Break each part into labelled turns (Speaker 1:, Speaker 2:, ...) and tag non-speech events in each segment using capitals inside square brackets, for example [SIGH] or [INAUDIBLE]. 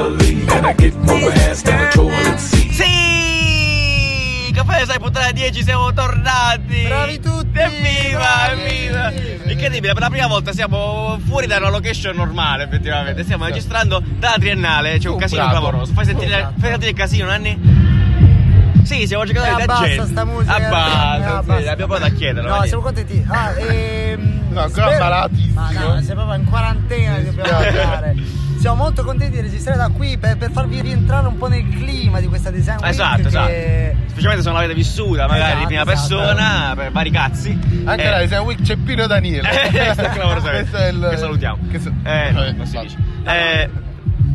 Speaker 1: I get more ass down the toilet seat.
Speaker 2: Sì! Caffè sai puntata 10, siamo tornati!
Speaker 3: Bravi tutti!
Speaker 2: Evviva,
Speaker 3: bravi!
Speaker 2: evviva! Incredibile, per la prima volta siamo fuori da una location normale, effettivamente. Stiamo registrando dalla triennale, c'è un
Speaker 3: Un
Speaker 2: casino
Speaker 3: prato.
Speaker 2: clamoroso. Fai sentire,
Speaker 3: Un prato.
Speaker 2: fai sentire il casino, Nanni? Sì, siamo giocando
Speaker 3: Eh,
Speaker 2: da
Speaker 3: abbassa
Speaker 2: gente.
Speaker 3: sta musica. Eh,
Speaker 2: Abbassa, sì,
Speaker 3: abbassa.
Speaker 2: abbiamo provato a chiederlo.
Speaker 3: No,
Speaker 2: Nanni.
Speaker 3: siamo contenti. Ah, ehm,
Speaker 4: No, ancora malatissimo.
Speaker 3: Ma
Speaker 2: eh.
Speaker 3: no, siamo proprio in quarantena che dobbiamo
Speaker 4: dispiace.
Speaker 3: andare. Siamo molto contenti di registrare da qui per, per farvi rientrare un po' nel clima di questa design week
Speaker 2: Esatto, esatto.
Speaker 3: che-
Speaker 2: Specialmente se non l'avete vissuta, magari
Speaker 3: Esatto,
Speaker 2: in prima
Speaker 3: esatto.
Speaker 2: persona, per vari cazzi.
Speaker 4: Anche
Speaker 2: Eh,
Speaker 4: là, Design Week c'è Pino Daniele.
Speaker 2: [LAUGHS] Eh, questo è clamorosamente.
Speaker 4: Questo è il.
Speaker 2: Che salutiamo.
Speaker 4: Che sa-
Speaker 2: Eh,
Speaker 4: Vabbè,
Speaker 2: non si
Speaker 4: fatto.
Speaker 2: dice. Eh,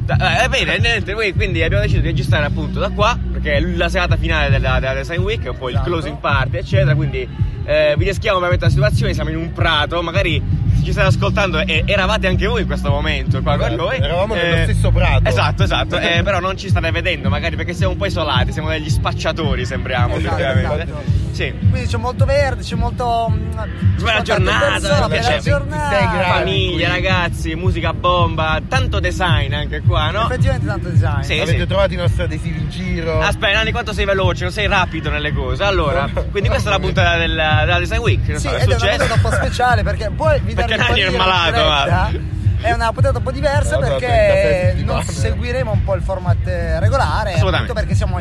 Speaker 2: da- eh, bene, niente, noi quindi abbiamo deciso di registrare appunto da qua, perché è la serata finale della, della Design Week, poi
Speaker 3: Esatto.
Speaker 2: il closing party, eccetera, quindi eh, vi descriviamo veramente la situazione, siamo in un prato, magari se ci state ascoltando e eravate anche voi in questo momento qua con
Speaker 4: Esatto,
Speaker 2: noi. Eh,
Speaker 4: eravamo nello stesso prato.
Speaker 2: Esatto, esatto, eh, però non ci state vedendo magari perché siamo un po' isolati, siamo degli spacciatori, sembriamo,
Speaker 3: Esatto,
Speaker 2: effettivamente.
Speaker 3: esatto.
Speaker 2: Sì.
Speaker 3: Quindi c'è molto verde, c'è molto. mm, tante
Speaker 2: giornata, perché
Speaker 3: persone, bella
Speaker 2: c'è
Speaker 3: giornata.
Speaker 4: 26 gradi.
Speaker 2: Famiglia,
Speaker 4: quindi.
Speaker 2: ragazzi, musica a bomba, tanto design anche qua, no?
Speaker 3: Effettivamente tanto design.
Speaker 2: Sì. Ah,
Speaker 4: Avete trovato i nostri adesivi in giro.
Speaker 2: Aspetta, Nani, quanto sei veloce, non sei rapido nelle cose. Allora, quindi questa è la puntata della, della Design Week. Non
Speaker 3: Sì,
Speaker 2: so, è
Speaker 3: ed è una puntata
Speaker 2: successo.
Speaker 3: un po' speciale perché poi vi darò
Speaker 2: Perché
Speaker 3: un po'
Speaker 2: Dani è
Speaker 3: di
Speaker 2: malato,
Speaker 3: diretta. È una puntata un po' diversa
Speaker 4: Eh, vabbè,
Speaker 3: perché
Speaker 4: 37
Speaker 3: non
Speaker 4: settimane.
Speaker 3: seguiremo un po' il format eh, regolare,
Speaker 2: Assolutamente.
Speaker 3: appunto perché siamo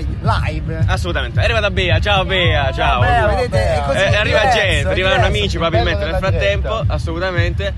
Speaker 3: live.
Speaker 2: Assolutamente. È arrivata Bea, ciao Bea, ciao.
Speaker 3: Bea, vedete, è così,
Speaker 2: Eh,
Speaker 3: è
Speaker 2: arriva
Speaker 3: diverso,
Speaker 2: gente,
Speaker 3: è
Speaker 2: arrivano
Speaker 3: diverso.
Speaker 2: amici probabilmente
Speaker 4: Bello
Speaker 2: nel
Speaker 4: della
Speaker 2: frattempo,
Speaker 4: diretta.
Speaker 2: assolutamente.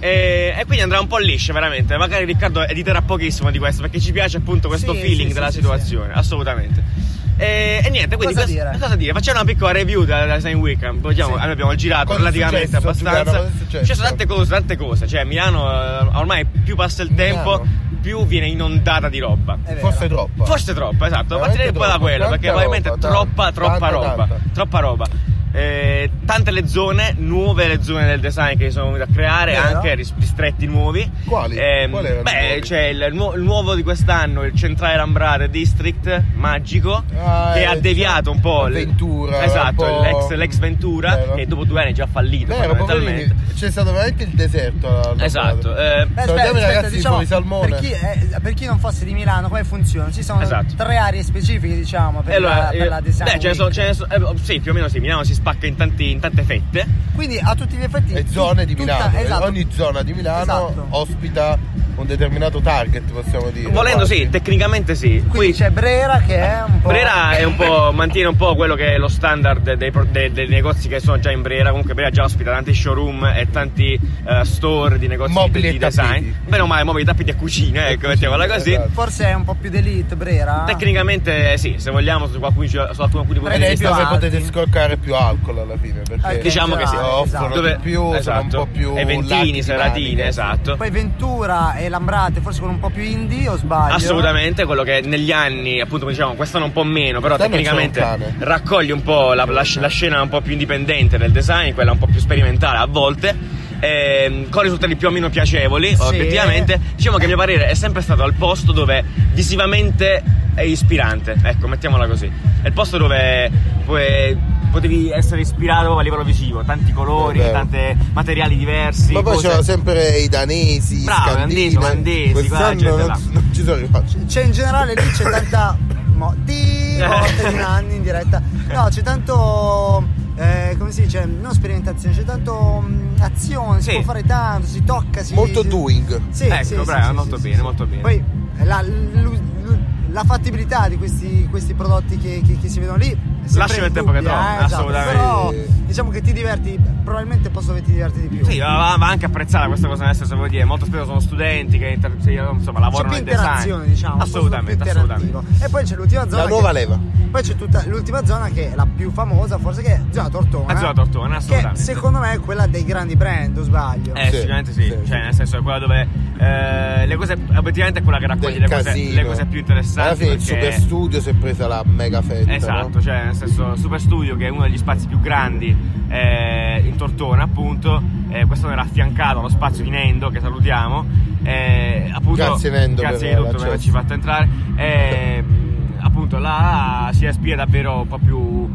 Speaker 2: E, e quindi andrà un po' liscia veramente. Magari Riccardo editerà pochissimo di questo perché ci piace appunto questo
Speaker 3: Sì,
Speaker 2: feeling
Speaker 3: sì,
Speaker 2: della
Speaker 3: sì, sì,
Speaker 2: situazione, assolutamente. E, e niente, quindi
Speaker 3: Cosa dire?
Speaker 2: cosa dire? Facciamo una piccola review della della Design Weekend. Vogliamo,
Speaker 3: Sì.
Speaker 2: allora abbiamo girato
Speaker 4: Cosa è
Speaker 2: relativamente
Speaker 4: successo,
Speaker 2: abbastanza.
Speaker 4: Giuliano? Cosa è
Speaker 2: Ci
Speaker 4: successo?
Speaker 2: sono tante cose, tante cose. Cioè, Milano eh, ormai più passa il tempo,
Speaker 4: Milano.
Speaker 2: più viene inondata di roba.
Speaker 3: È vero.
Speaker 4: Forse troppo.
Speaker 2: Forse troppo, esatto.
Speaker 4: Veramente
Speaker 2: Partirei un po' da
Speaker 4: troppo.
Speaker 2: quello, perché
Speaker 4: Tanta
Speaker 2: veramente
Speaker 4: roba,
Speaker 2: troppa,
Speaker 4: tanta,
Speaker 2: troppa
Speaker 4: tanta,
Speaker 2: roba.
Speaker 4: tanta.
Speaker 2: Troppa roba. Eh, tante le zone, nuove le zone del design che sono venute a creare,
Speaker 3: Vero.
Speaker 2: anche ris- distretti nuovi.
Speaker 4: Quali?
Speaker 2: Ehm,
Speaker 4: Quali erano
Speaker 2: beh,
Speaker 4: i nuovi?
Speaker 2: c'è il, nu- il nuovo di quest'anno, il Centrale Lambrate District Magico,
Speaker 4: Ah,
Speaker 2: che
Speaker 4: eh,
Speaker 2: ha deviato un po'. l-
Speaker 4: Ventura,
Speaker 2: Esatto,
Speaker 4: un po'-
Speaker 2: l'ex, l'ex Ventura,
Speaker 4: Vero.
Speaker 2: che dopo due anni è già fallito
Speaker 4: Vero,
Speaker 2: fondamentalmente.
Speaker 4: poverini, c'è stato veramente il deserto. alla- alla-
Speaker 2: Esatto. eh,
Speaker 3: Beh,
Speaker 4: Salutiamo i ragazzi di
Speaker 3: diciamo,
Speaker 4: Fuori Salmone.
Speaker 3: Per chi, eh, per chi non fosse di Milano, come funziona? Ci sono
Speaker 2: Esatto.
Speaker 3: tre aree specifiche, diciamo, per,
Speaker 2: E allora,
Speaker 3: la, per
Speaker 2: eh,
Speaker 3: la design.
Speaker 2: beh, ce ne
Speaker 3: week.
Speaker 2: sono- ce ne sono- eh, sì, più o meno sì, Milano si spacca in, tanti- in tante fette.
Speaker 3: Quindi a tutti gli effetti.
Speaker 4: E
Speaker 3: tu-
Speaker 4: zone di
Speaker 3: tutta-
Speaker 4: Milano. eh,
Speaker 3: esatto.
Speaker 4: Ogni zona di Milano
Speaker 3: Esatto.
Speaker 4: ospita un determinato target, possiamo dire.
Speaker 2: Volendo
Speaker 4: Quasi.
Speaker 2: sì, tecnicamente sì.
Speaker 3: Quindi
Speaker 2: Qui
Speaker 4: diciamo
Speaker 3: c'è Brera che è un po'.
Speaker 2: Brera è un
Speaker 4: [LAUGHS]
Speaker 2: po', mantiene un po' quello che è lo standard dei, pro- dei- dei negozi che sono già in Brera, comunque Brera già ospita tanti showroom e tanti eh, store di negozi
Speaker 4: Mobili
Speaker 2: di,
Speaker 4: e
Speaker 2: di design.
Speaker 4: tappeti.
Speaker 2: Meno male, mobili, tappeti e cucine, ecco, mettiamola così.
Speaker 4: esatto.
Speaker 3: Forse è un po' più d'elite Brera.
Speaker 2: Tecnicamente eh, sì, se vogliamo su alcuni, su alcuni punti di
Speaker 3: Brera
Speaker 4: Ed
Speaker 2: vista-
Speaker 4: è
Speaker 3: più
Speaker 4: dove
Speaker 3: alti.
Speaker 4: potete scorcare più alcol alla fine. Perché
Speaker 3: Ok,
Speaker 2: Esatto. Diciamo che sì.
Speaker 3: esatto,
Speaker 4: Offrono
Speaker 3: esatto.
Speaker 4: di più, sono un po' più
Speaker 2: e ventini,
Speaker 4: lati, eh.
Speaker 2: seratine,
Speaker 4: dinamiche.
Speaker 2: esatto.
Speaker 3: Poi Ventura e Lambrate, forse con un po' più indie, o sbaglio?
Speaker 2: Assolutamente, quello che negli anni, appunto come diciamo, quest'anno un po' meno, però
Speaker 4: Quest'anno
Speaker 2: tecnicamente
Speaker 4: c'è un cane.
Speaker 2: raccoglie un po' la, la- la scena un po' più indipendente del design, quella un po' più sperimentale a volte, ehm, con risultati più o meno piacevoli,
Speaker 3: Sì.
Speaker 2: obiettivamente. Diciamo che a mio parere è sempre stato al posto dove visivamente è ispirante, ecco, mettiamola così. È il posto dove puoi- potevi essere ispirato a livello visivo, tanti colori,
Speaker 4: È vero.
Speaker 2: tanti materiali diversi.
Speaker 4: Ma poi
Speaker 2: cose-
Speaker 4: c'erano sempre i danesi, i
Speaker 2: Bravo, olandesi,
Speaker 4: scandinavi.
Speaker 2: olandesi, qua, gente
Speaker 4: Quest'anno
Speaker 2: là.
Speaker 4: non, non ci sono arrivati.
Speaker 3: C'è in generale lì
Speaker 2: [LAUGHS]
Speaker 3: c'è tanta. Mo, di morte di Nanni in diretta. No, c'è tanto. eh, come si dice? Non sperimentazione, c'è tanto mm, azione, si
Speaker 2: Sì.
Speaker 3: può fare tanto, si tocca, si.
Speaker 4: Molto
Speaker 3: si-
Speaker 4: doing.
Speaker 3: Sì,
Speaker 2: Ecco,
Speaker 3: sì, sì,
Speaker 2: bravo,
Speaker 3: sì,
Speaker 2: molto
Speaker 3: sì,
Speaker 2: bene,
Speaker 3: sì.
Speaker 2: molto bene.
Speaker 3: Poi la, lu- lu- la fattibilità di questi, questi prodotti che, che- che si vedono lì. è sempre
Speaker 2: Lasciami il
Speaker 3: in
Speaker 2: tempo che
Speaker 3: dubbio,
Speaker 2: trovo,
Speaker 3: eh, esatto.
Speaker 2: assolutamente.
Speaker 3: Però diciamo che ti diverti, probabilmente posso che ti diverti di più.
Speaker 2: Sì, va, va anche apprezzata questa cosa, nel senso voglio dire, molto spesso sono studenti che inter- sì, insomma,
Speaker 3: c'è
Speaker 2: lavorano nel
Speaker 3: più
Speaker 2: design.
Speaker 3: interazione, diciamo, un posto
Speaker 2: Assolutamente,
Speaker 3: più
Speaker 2: assolutamente.
Speaker 3: interattivo. E poi c'è l'ultima zona.
Speaker 4: La nuova
Speaker 3: che-
Speaker 4: leva.
Speaker 3: Poi c'è tutta l'ultima zona che è la più famosa, forse che è zona Tortona.
Speaker 2: La Ah, zona Tortona,
Speaker 3: Che
Speaker 2: assolutamente.
Speaker 3: secondo me è quella dei grandi brand, o sbaglio.
Speaker 2: Eh,
Speaker 4: Sì,
Speaker 2: sicuramente sì,
Speaker 4: sì,
Speaker 2: cioè
Speaker 4: sì.
Speaker 2: nel senso è quella dove eh, le cose, obiettivamente è quella che raccoglie
Speaker 4: Del
Speaker 2: le cose,
Speaker 4: casino.
Speaker 2: le cose più interessanti.
Speaker 4: Alla fine il
Speaker 2: perché-
Speaker 4: super studio si è presa la mega fetta.
Speaker 2: Esatto,
Speaker 4: no?
Speaker 2: cioè nel senso Super Studio che è uno degli spazi più grandi eh, in Tortona appunto, eh, questo era affiancato allo spazio di Nendo che salutiamo, eh, appunto,
Speaker 4: Grazie, Nendo,
Speaker 2: grazie
Speaker 4: per
Speaker 2: di tutto per
Speaker 4: l'accesso.
Speaker 2: averci fatto entrare, eh, appunto là si aspira davvero un po' più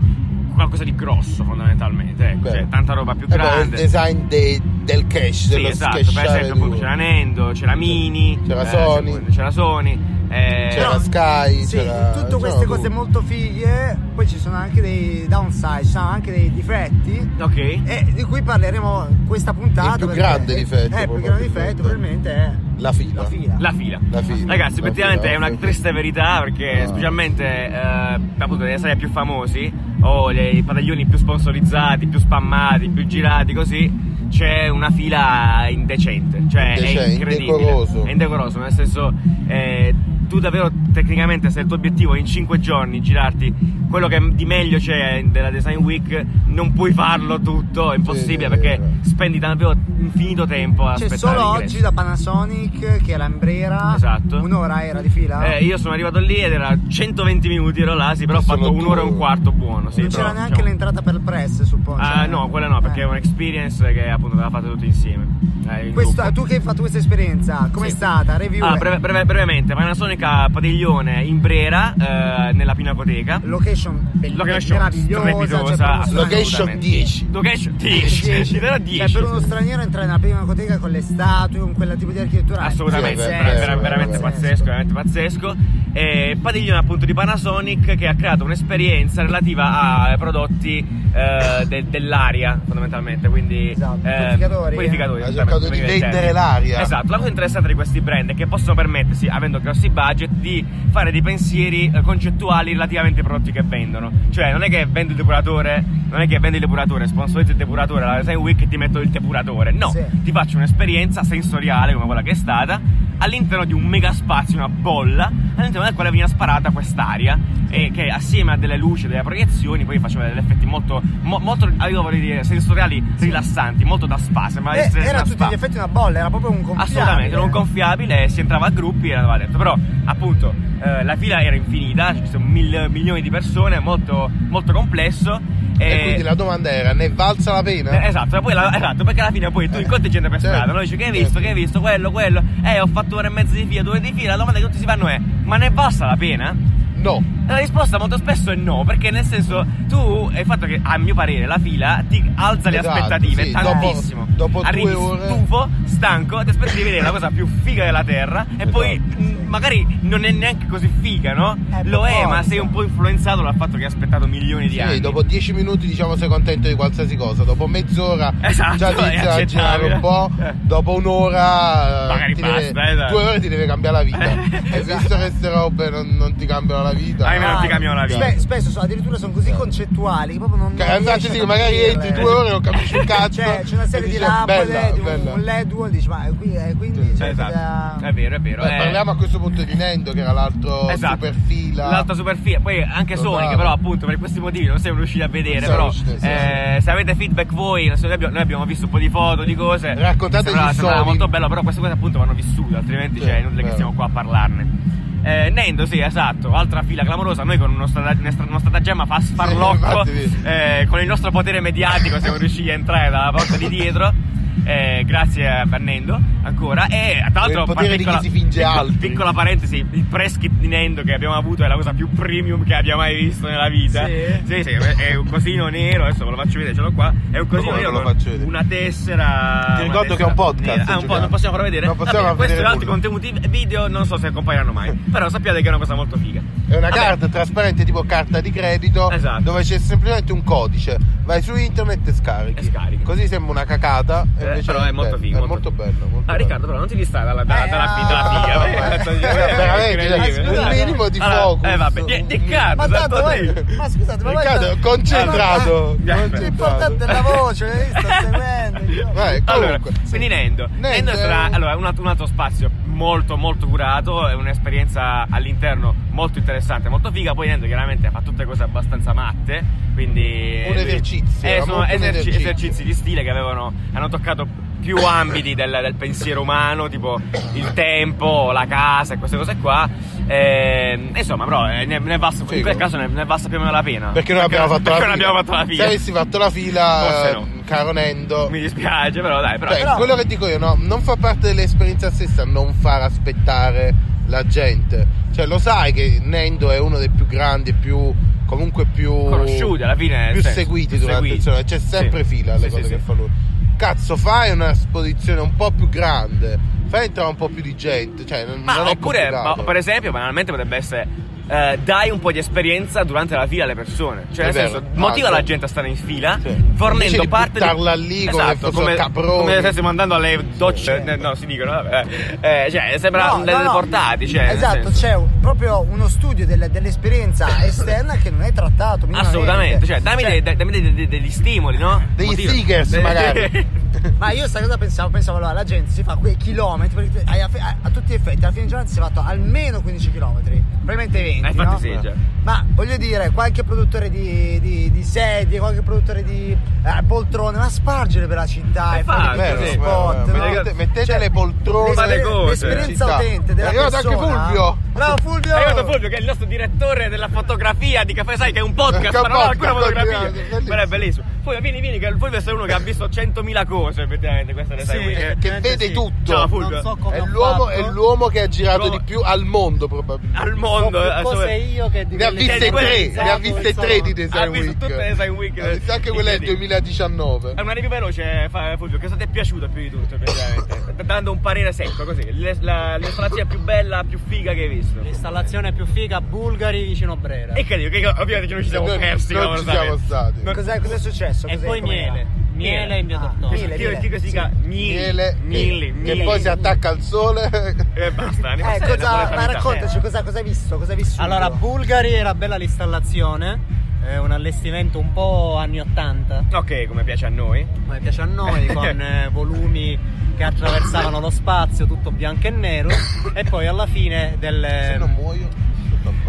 Speaker 2: qualcosa di grosso fondamentalmente, ecco,
Speaker 4: Bene.
Speaker 2: cioè, tanta roba più
Speaker 4: E poi il
Speaker 2: grande.
Speaker 4: design de- del
Speaker 2: Sì,
Speaker 4: cash, esatto, dello
Speaker 2: esatto, per
Speaker 4: scashare
Speaker 2: esempio
Speaker 4: di
Speaker 2: appunto
Speaker 4: uno.
Speaker 2: c'era Nendo, c'era Mini,
Speaker 4: C'era
Speaker 2: eh,
Speaker 4: Sony.
Speaker 2: c'era Sony, Eh,
Speaker 4: C'era
Speaker 2: però-
Speaker 4: Sky,
Speaker 3: Sì,
Speaker 4: c'era-
Speaker 3: tutte
Speaker 4: c'era
Speaker 3: queste cose
Speaker 4: tutto.
Speaker 3: molto fighe, poi ci sono anche dei downside, ci sono anche dei difetti.
Speaker 2: Ok.
Speaker 3: E di cui parleremo in questa puntata.
Speaker 4: Il più
Speaker 3: perché-
Speaker 4: grande difetto,
Speaker 3: Eh, il più grande
Speaker 4: probabilmente.
Speaker 3: difetto probabilmente è
Speaker 4: La fila.
Speaker 3: La fila.
Speaker 2: La fila.
Speaker 4: La fila.
Speaker 2: Ragazzi,
Speaker 4: La
Speaker 2: effettivamente
Speaker 4: fila,
Speaker 2: è una
Speaker 4: sì.
Speaker 2: triste verità perché
Speaker 4: Ah.
Speaker 2: specialmente eh, appunto delle serie più famosi o le- i padiglioni più sponsorizzati, più spammati, più girati così c'è una fila indecente, cioè è
Speaker 4: Indecente,
Speaker 2: incredibile.
Speaker 4: indecoroso.
Speaker 2: È indecoroso, nel senso eh, tu davvero tecnicamente se il tuo obiettivo è in 5 giorni girarti quello che di meglio c'è della Design Week non puoi farlo tutto, è impossibile
Speaker 4: sì,
Speaker 2: perché
Speaker 4: sì.
Speaker 2: spendi davvero infinito tempo a
Speaker 3: C'è
Speaker 2: aspettare
Speaker 3: solo
Speaker 2: l'ingresso.
Speaker 3: oggi da Panasonic che è l'ambrera.
Speaker 2: Esatto.
Speaker 3: Un'ora era di fila.
Speaker 2: Eh, io sono arrivato lì ed era 120 minuti, ero là, sì, però ho
Speaker 4: Sono
Speaker 2: fatto un'ora e
Speaker 4: due.
Speaker 2: un quarto buono. Sì,
Speaker 3: non
Speaker 2: però,
Speaker 3: c'era neanche
Speaker 2: diciamo-
Speaker 3: l'entrata per il press, suppongo.
Speaker 2: Ah,
Speaker 3: cioè-
Speaker 2: no, quella no, perché
Speaker 3: Eh.
Speaker 2: è un'experience che appunto aveva fatta tutti insieme. eh, in
Speaker 3: Questo-
Speaker 2: gruppo.
Speaker 3: tu che hai fatto questa esperienza, com'è
Speaker 2: Sì.
Speaker 3: stata? Review?
Speaker 2: Ah, breve- breve- brevemente, Panasonic a Padiglione in Brera, eh, nella Pinacoteca.
Speaker 3: Location, bell-
Speaker 2: Location
Speaker 3: meravigliosa.
Speaker 2: strepitosa,
Speaker 3: Cioè, per uno straniero-
Speaker 4: Location 10.
Speaker 2: Location 10, ci darà 10.
Speaker 3: Cioè, per uno straniero entrare nella prima coteca con le statue, con quel tipo di architettura.
Speaker 2: Assolutamente,
Speaker 4: Sì,
Speaker 3: è
Speaker 4: è
Speaker 2: vera- vera-
Speaker 4: pazzesco,
Speaker 2: veramente
Speaker 4: è
Speaker 2: pazzesco, eh.
Speaker 3: Eh,
Speaker 2: veramente pazzesco. E padiglione appunto di Panasonic che ha creato un'esperienza relativa a prodotti eh, de- dell'aria fondamentalmente, quindi eh,
Speaker 3: Esatto, purificatori,
Speaker 2: purificatori,
Speaker 4: eh. Ha
Speaker 2: esattamente,
Speaker 4: cercato di
Speaker 2: purificatori
Speaker 4: vendere
Speaker 2: interni.
Speaker 4: l'aria.
Speaker 2: Esatto, la cosa interessante di questi brand è che possono permettersi, avendo grossi budget, di fare dei pensieri eh, concettuali relativamente ai prodotti che vendono. Cioè non è che vendo il depuratore, non è che vendo il depuratore, sponsorizzo il depuratore, la Design Week e ti metto il depuratore. No,
Speaker 3: Sì.
Speaker 2: ti faccio un'esperienza sensoriale come quella che è stata all'interno di un mega spazio, una bolla all'interno della quale veniva sparata quest'aria e che assieme a delle luci, delle proiezioni poi faceva degli effetti molto, mo- molto avevo vorrei dire, sensoriali rilassanti, molto da spa, sembrava di
Speaker 3: Eh,
Speaker 2: essere
Speaker 3: era
Speaker 2: una
Speaker 3: a tutti
Speaker 2: spa.
Speaker 3: gli effetti una bolla, era proprio un compleanno.
Speaker 2: Assolutamente, non confiabile, si entrava a gruppi e andava detto. Però, appunto, eh, la fila era infinita, ci sono mil- milioni di persone, molto, molto complesso.
Speaker 4: E quindi la domanda era, ne valsa la pena?
Speaker 2: Eh, Esatto, poi la- esatto, perché alla fine poi tu incontri gente per
Speaker 4: certo,
Speaker 2: strada, no? dici che hai visto,
Speaker 4: certo.
Speaker 2: che hai visto, quello, quello, eh ho fatto ore e mezza di fila, due ore di fila, la domanda che tutti si fanno è ma ne basta la pena?
Speaker 4: No.
Speaker 2: La risposta molto spesso è no, perché nel senso tu hai fatto che a mio parere la fila ti alza le
Speaker 4: Esatto,
Speaker 2: aspettative
Speaker 4: sì, dopo-
Speaker 2: tantissimo.
Speaker 4: dopo due
Speaker 2: Arrivi
Speaker 4: ore-
Speaker 2: stufo, stanco, ti aspetti di vedere la cosa più figa della terra e
Speaker 4: Esatto,
Speaker 2: poi mh, magari non è neanche così figa, no?
Speaker 3: Eh,
Speaker 2: Lo
Speaker 3: per
Speaker 2: è, ma
Speaker 3: forza.
Speaker 2: sei un po' influenzato dal fatto che hai aspettato milioni di anni.
Speaker 4: Sì, dopo 10 minuti diciamo sei contento di qualsiasi cosa, dopo mezz'ora
Speaker 2: Esatto,
Speaker 4: già
Speaker 2: è
Speaker 4: ti esageri
Speaker 2: accettabile.
Speaker 4: un po',
Speaker 2: Eh.
Speaker 4: dopo un'ora eh,
Speaker 2: Magari
Speaker 4: ti
Speaker 2: basta,
Speaker 4: deve-
Speaker 2: esatto.
Speaker 4: due ore ti deve cambiare la vita.
Speaker 2: Eh,
Speaker 4: e visto che queste robe non, non ti cambiano la vita. eh.
Speaker 2: Ah, non ti cambiano la vita.
Speaker 3: Spe- spesso so- addirittura sono così concettuali che proprio non.
Speaker 4: Ca-
Speaker 3: non
Speaker 4: Cioè, Eh, Infatti
Speaker 3: riesci
Speaker 4: sì,
Speaker 3: a
Speaker 4: magari
Speaker 3: capirle.
Speaker 4: entri due ore e non capisci un cazzo.
Speaker 3: eh. Cioè, c'è una serie
Speaker 4: e
Speaker 3: di
Speaker 4: dici, bella,
Speaker 3: lampade, di un,
Speaker 4: bella.
Speaker 3: un LED wall, dici, ma qui, eh, quindi.
Speaker 4: Sì,
Speaker 3: cioè,
Speaker 2: Esatto,
Speaker 3: cosa-
Speaker 2: è vero, è vero.
Speaker 4: Beh,
Speaker 2: eh.
Speaker 4: Parliamo a questo punto di Nendo che era l'altro
Speaker 2: Esatto.
Speaker 4: superfila.
Speaker 2: L'altra superfila, poi anche
Speaker 4: Totale.
Speaker 2: Sony, che però appunto per questi motivi non siamo riusciti a vedere.
Speaker 4: Non siamo
Speaker 2: Però
Speaker 4: riusciti, sì,
Speaker 2: eh, se avete feedback voi, non so, noi abbiamo, noi abbiamo visto un po' di foto, di cose.
Speaker 4: Raccontateci
Speaker 2: sembrava,
Speaker 4: i
Speaker 2: sembrava
Speaker 4: Sony.
Speaker 2: molto bello, però queste cose appunto vanno vissute, altrimenti
Speaker 4: Sì,
Speaker 2: cioè, è inutile che
Speaker 4: vero.
Speaker 2: stiamo qua a parlarne. Eh, Nendo, sì, esatto, altra fila clamorosa. Noi con uno, strata- ne- uno stratagemma fas- farlocco,
Speaker 4: infatti, sì.
Speaker 2: eh, con il nostro potere mediatico, siamo riusciti a entrare dalla porta di dietro. Eh, grazie a Nendo ancora. E tra l'altro,
Speaker 4: Il potere di
Speaker 2: piccola-
Speaker 4: chi si finge
Speaker 2: picco-
Speaker 4: altri.
Speaker 2: Piccola parentesi, il preskit di Nendo che abbiamo avuto è la cosa più premium che abbia mai visto nella vita.
Speaker 3: Sì?
Speaker 2: sì, sì, è un cosino nero, adesso ve lo faccio vedere, ce l'ho qua. È un cosino
Speaker 4: Come
Speaker 2: nero
Speaker 4: ve lo
Speaker 2: con
Speaker 4: faccio vedere?
Speaker 2: una tessera.
Speaker 4: Ti
Speaker 2: una
Speaker 4: ricordo
Speaker 2: tessera
Speaker 4: che è un
Speaker 2: nera. Ah,
Speaker 4: podcast,
Speaker 2: un po',
Speaker 4: giochiamo.
Speaker 2: non possiamo farlo vedere.
Speaker 4: Non possiamo
Speaker 2: Vabbè,
Speaker 4: far
Speaker 2: questo e
Speaker 4: vedere
Speaker 2: altri contenuti video non so se compaiono mai, però sappiate che è una cosa molto figa.
Speaker 4: È una
Speaker 2: Vabbè.
Speaker 4: carta trasparente tipo carta di credito
Speaker 2: Esatto.
Speaker 4: dove c'è semplicemente un codice. Vai su internet e scarichi.
Speaker 2: E scarichi.
Speaker 4: Così sembra una cacata. e
Speaker 2: Eh,
Speaker 4: invece
Speaker 2: però è molto
Speaker 4: bello.
Speaker 2: figo.
Speaker 4: È molto bello. molto
Speaker 2: ah,
Speaker 4: bello.
Speaker 2: Riccardo, però non ti distrai dalla, dalla,
Speaker 3: Eh,
Speaker 2: dalla, fi- dalla
Speaker 3: ah,
Speaker 2: figa.
Speaker 3: vabbè.
Speaker 2: perché-
Speaker 4: Eh,
Speaker 2: è
Speaker 4: [LAUGHS] veramente, cioè,
Speaker 2: incredibile.
Speaker 4: un minimo di
Speaker 2: Allora,
Speaker 4: focus.
Speaker 2: Eh, vabbè, che, che cazzo,
Speaker 3: Ma tanto,
Speaker 2: tanto
Speaker 3: voi-
Speaker 2: te-
Speaker 3: ma scusate, ma voi-
Speaker 4: Riccardo, concentrato.
Speaker 2: Eh,
Speaker 4: concentrato.
Speaker 3: L'importante è la voce, hai visto? Sta seguendo.
Speaker 4: Vai,
Speaker 2: Allora,
Speaker 4: Eh, comunque.
Speaker 2: quindi Nendo.
Speaker 4: Nendo
Speaker 2: Nendo
Speaker 4: è
Speaker 2: sarà
Speaker 4: un-
Speaker 2: allora, un, altro, un altro spazio molto molto curato, è un'esperienza all'interno molto interessante, molto figa. Poi Nendo chiaramente fa tutte cose abbastanza matte, quindi...
Speaker 4: Un esercizio,
Speaker 2: Eh,
Speaker 4: era
Speaker 2: sono
Speaker 4: molto un
Speaker 2: eserci-
Speaker 4: esercizio.
Speaker 2: esercizi di stile che avevano, hanno toccato
Speaker 4: [COUGHS]
Speaker 2: più ambiti del, del pensiero umano, tipo il tempo, la casa e queste cose qua. Ehm, insomma, però eh, ne, ne basta- in
Speaker 4: Figo.
Speaker 2: quel caso ne, ne basta più o meno la pena.
Speaker 4: Perché non abbiamo fatto la
Speaker 2: perché non
Speaker 4: fila.
Speaker 2: abbiamo fatto la
Speaker 4: Se
Speaker 2: fila.
Speaker 4: avessi fatto la fila,
Speaker 2: Forse
Speaker 4: eh,
Speaker 2: no.
Speaker 4: caro Nendo.
Speaker 2: Mi dispiace, però dai, però...
Speaker 4: Cioè,
Speaker 3: però-
Speaker 4: quello che dico io, no, non fa parte dell'esperienza stessa non far aspettare la gente. Cioè, lo sai che Nendo è uno dei più grandi e più comunque più
Speaker 2: Conosciuti, alla fine, nel
Speaker 4: più
Speaker 2: senso,
Speaker 4: seguiti
Speaker 2: più
Speaker 4: durante il
Speaker 2: seguiti.
Speaker 4: giorno. C'è sempre
Speaker 2: Sì.
Speaker 4: fila
Speaker 2: Sì,
Speaker 4: alle cose
Speaker 2: sì,
Speaker 4: che
Speaker 2: sì.
Speaker 4: fa lui. Cazzo, fai una esposizione un po' più grande. fai entrare un po' più di gente. Cioè, non, non
Speaker 2: Ma
Speaker 4: è
Speaker 2: oppure, ma-
Speaker 4: complicato.
Speaker 2: per esempio, banalmente potrebbe essere eh, dai un po' di esperienza durante la fila alle persone. Cioè,
Speaker 4: È
Speaker 2: nel
Speaker 4: vero,
Speaker 2: senso,
Speaker 4: tanto.
Speaker 2: motiva la gente a stare in fila,
Speaker 4: Sì. Invece
Speaker 2: fornendo
Speaker 4: di
Speaker 2: parte
Speaker 4: buttarla lì come
Speaker 2: esatto,
Speaker 4: fossero
Speaker 2: come,
Speaker 4: caproni.
Speaker 2: come se stessimo andando alle docce.
Speaker 3: Sì.
Speaker 2: eh, No, si dicono, vabbè. eh, cioè, sembra
Speaker 3: No,
Speaker 2: le
Speaker 3: no, no.
Speaker 2: portati. Cioè, nel
Speaker 3: esatto,
Speaker 2: senso.
Speaker 3: c'è un- proprio uno studio del- dell'esperienza esterna che non è trattato. minimamente.
Speaker 2: Assolutamente, cioè, dammi, dei- dai- dammi dei- dei- degli stimoli, no?
Speaker 4: Degli
Speaker 2: Motiva.
Speaker 4: stickers,
Speaker 2: Dei- [LAUGHS]
Speaker 4: magari.
Speaker 3: Ma io sta cosa pensavo, pensavo allora la gente si fa quei chilometri, perché ai- a, a tutti gli effetti alla fine giornata si è fatto almeno 15 chilometri, probabilmente 20.
Speaker 2: Eh, infatti
Speaker 3: no?
Speaker 2: sì, già.
Speaker 3: Ma voglio dire, qualche produttore di, di- di sedie, qualche produttore di eh, poltrone, ma spargere per la città e
Speaker 2: Eh,
Speaker 3: fare
Speaker 2: infatti,
Speaker 3: dei piccoli
Speaker 2: sì.
Speaker 3: spot.
Speaker 2: Vero,
Speaker 3: no?
Speaker 2: vero.
Speaker 4: Mettete- mettete le poltrone.
Speaker 2: Fa le cose.
Speaker 3: L'esperienza
Speaker 4: Città.
Speaker 3: utente della
Speaker 4: È arrivato anche
Speaker 3: persona.
Speaker 4: Fulvio.
Speaker 3: Bravo Fulvio!
Speaker 2: È arrivato Fulvio che è il nostro direttore della fotografia di Caffè Sai che è un podcast,
Speaker 4: Che è un
Speaker 2: ma non ha
Speaker 4: podcast,
Speaker 2: alcuna fotografia.
Speaker 4: bellissimo.
Speaker 2: Però è bellissimo. Fulvio, vieni, vieni, che il Fulvio è uno che ha visto 100.000 cose, effettivamente, questa ne sai
Speaker 5: Sì,
Speaker 2: quindi.
Speaker 4: che vede tutto.
Speaker 2: Ciao Fulvio.
Speaker 5: Non so come
Speaker 4: è,
Speaker 5: ho
Speaker 4: l'uomo,
Speaker 5: fatto.
Speaker 4: è l'uomo che ha girato
Speaker 2: L'uomo-
Speaker 4: di più al mondo, probabilmente.
Speaker 2: Al
Speaker 5: So
Speaker 2: mondo,
Speaker 5: più
Speaker 2: eh,
Speaker 5: cose
Speaker 2: assolutamente.
Speaker 5: io che di
Speaker 4: Ne ha
Speaker 5: quelle-
Speaker 4: viste
Speaker 2: Cioè,
Speaker 4: tre,
Speaker 2: quelle-
Speaker 4: ne ha viste tre di
Speaker 2: Ha
Speaker 4: Design
Speaker 2: visto
Speaker 4: Week.
Speaker 2: tutte le Design Week.
Speaker 4: Ha visto anche quella del
Speaker 2: Incredibile.
Speaker 4: 2019.
Speaker 2: È una review veloce, fa- Fulvio, che cosa ti è piaciuto più di tutto, effettivamente? D- Dando un parere secco, così. Le- la- L'installazione più bella, più figa che hai visto.
Speaker 5: L'installazione più figa Bulgari vicino Brera.
Speaker 2: E che dico, che ovviamente che non ci siamo
Speaker 4: Noi
Speaker 2: persi.
Speaker 4: non
Speaker 2: ma lo
Speaker 4: ci
Speaker 2: sai.
Speaker 4: siamo stati.
Speaker 2: Non-
Speaker 3: Cos'è, cos'è successo?
Speaker 5: E
Speaker 3: Cos'è?
Speaker 5: poi
Speaker 3: Come
Speaker 5: miele.
Speaker 3: era?
Speaker 5: Miele in via
Speaker 3: Ah.
Speaker 5: Tortona.
Speaker 3: Miele,
Speaker 2: Chi- chi-
Speaker 3: miele,
Speaker 2: chi si
Speaker 3: sì.
Speaker 2: dica
Speaker 4: Miele,
Speaker 2: miele, miele,
Speaker 4: che, che poi si attacca al sole.
Speaker 2: e basta.
Speaker 3: Eh,
Speaker 4: Ecco,
Speaker 2: rimasta
Speaker 3: cosa-
Speaker 2: nella
Speaker 3: ma
Speaker 2: mentalità.
Speaker 3: raccontaci cosa, cosa hai visto, cosa hai vissuto.
Speaker 5: Allora, Bulgari era bella l'installazione, è un allestimento un po' anni 80,
Speaker 2: Ok, come piace a noi.
Speaker 5: come piace
Speaker 3: [LAUGHS]
Speaker 5: a noi, con eh, volumi che attraversavano lo spazio, tutto bianco e nero, e poi alla fine
Speaker 4: [LAUGHS] Se non
Speaker 5: delle,
Speaker 4: muoio.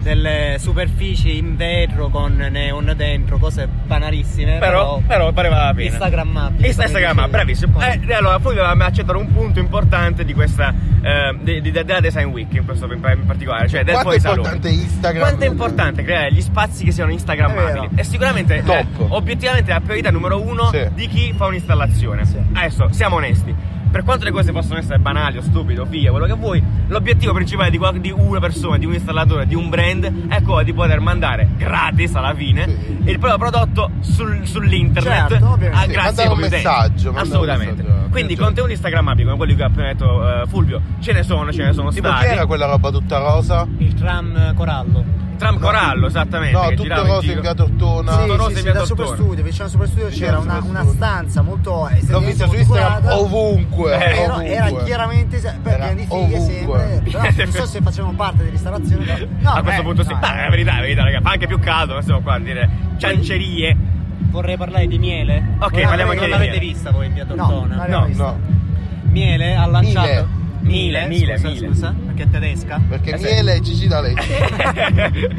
Speaker 5: delle superfici in vetro con neon dentro, cose banalissime,
Speaker 2: Però,
Speaker 5: però,
Speaker 2: però pareva la pena.
Speaker 5: instagrammabili.
Speaker 2: Insta- Instagram,
Speaker 5: come dicevi.
Speaker 2: bravissimo. Eh, e allora, poi dovevamo accettare un punto importante di questa. eh, di- di- della Design Week in questo in, in particolare. Cioè, del
Speaker 4: Quanto è
Speaker 2: poi salone.
Speaker 4: importante Instagram?
Speaker 2: Quanto è importante creare gli spazi che siano instagrammabili?
Speaker 3: È vero.
Speaker 2: E sicuramente
Speaker 4: Top.
Speaker 2: eh, obiettivamente è la priorità numero uno
Speaker 4: Sì.
Speaker 2: di chi fa un'installazione.
Speaker 3: Sì.
Speaker 2: Adesso siamo onesti. Per quanto le cose possono essere banali o stupide o fighe, quello che vuoi, l'obiettivo principale di, qual- di una persona, di un installatore, di un brand è quello di poter mandare gratis alla fine
Speaker 4: Sì.
Speaker 2: il proprio prodotto sul- sull'internet
Speaker 3: Certo, ovviamente.
Speaker 2: a
Speaker 3: Sì,
Speaker 2: grazie
Speaker 4: mandare un
Speaker 2: agli utenti.
Speaker 4: messaggio, mandare un
Speaker 2: Assolutamente.
Speaker 4: messaggio.
Speaker 2: Quindi
Speaker 4: Cioè-
Speaker 2: contenuti instagrammabili come quelli che ha appena detto eh, Fulvio, ce ne sono, ce ne sono
Speaker 4: Tipo,
Speaker 2: stati.
Speaker 4: chi era quella roba tutta rosa?
Speaker 5: Il tram eh, Corallo.
Speaker 2: Tram Corallo, esattamente.
Speaker 4: No,
Speaker 2: Eh, che
Speaker 4: tutto
Speaker 2: girava in
Speaker 4: rosa
Speaker 2: giro.
Speaker 4: in via Tortona.
Speaker 3: sì,
Speaker 2: Tortona
Speaker 3: sì,
Speaker 2: si
Speaker 3: sì,
Speaker 2: vede
Speaker 3: da
Speaker 2: al
Speaker 3: Super
Speaker 2: Tortona.
Speaker 3: Studio, vicino al Super Studio
Speaker 4: Vicino
Speaker 3: c'era
Speaker 4: al
Speaker 3: una,
Speaker 4: Super
Speaker 3: una
Speaker 4: Studio.
Speaker 3: stanza molto eh,
Speaker 4: L'ho vista su Instagram ovunque.
Speaker 2: Eh,
Speaker 3: Era,
Speaker 4: ovunque.
Speaker 3: era chiaramente se- beh,
Speaker 4: Era
Speaker 3: piena di fighe sempre.
Speaker 4: ovunque.
Speaker 3: Però non so
Speaker 4: [LAUGHS]
Speaker 3: se facevamo parte dell'installazione. però- No,
Speaker 2: a
Speaker 4: eh,
Speaker 2: questo
Speaker 3: beh,
Speaker 2: punto sì.
Speaker 4: Ah,
Speaker 3: dai.
Speaker 2: Ma è la verità, è la verità, raga. Fa anche più caldo, non stiamo qua a dire
Speaker 4: [LAUGHS]
Speaker 2: ciancerie.
Speaker 5: Vorrei parlare di miele.
Speaker 2: Ok,
Speaker 5: Voi
Speaker 2: parliamo
Speaker 5: non
Speaker 2: anche di
Speaker 5: l'avete
Speaker 2: miele.
Speaker 5: vista voi in via Tortona?
Speaker 3: l'abbiamo
Speaker 2: No,
Speaker 3: vista.
Speaker 4: No,
Speaker 5: Miele ha lanciato
Speaker 2: Miele. Miele,
Speaker 5: scusa,
Speaker 2: Miele.
Speaker 5: scusa, perché è tedesca.
Speaker 4: perché
Speaker 2: Eh, sì.
Speaker 4: Miele è Gigi D'Alessio.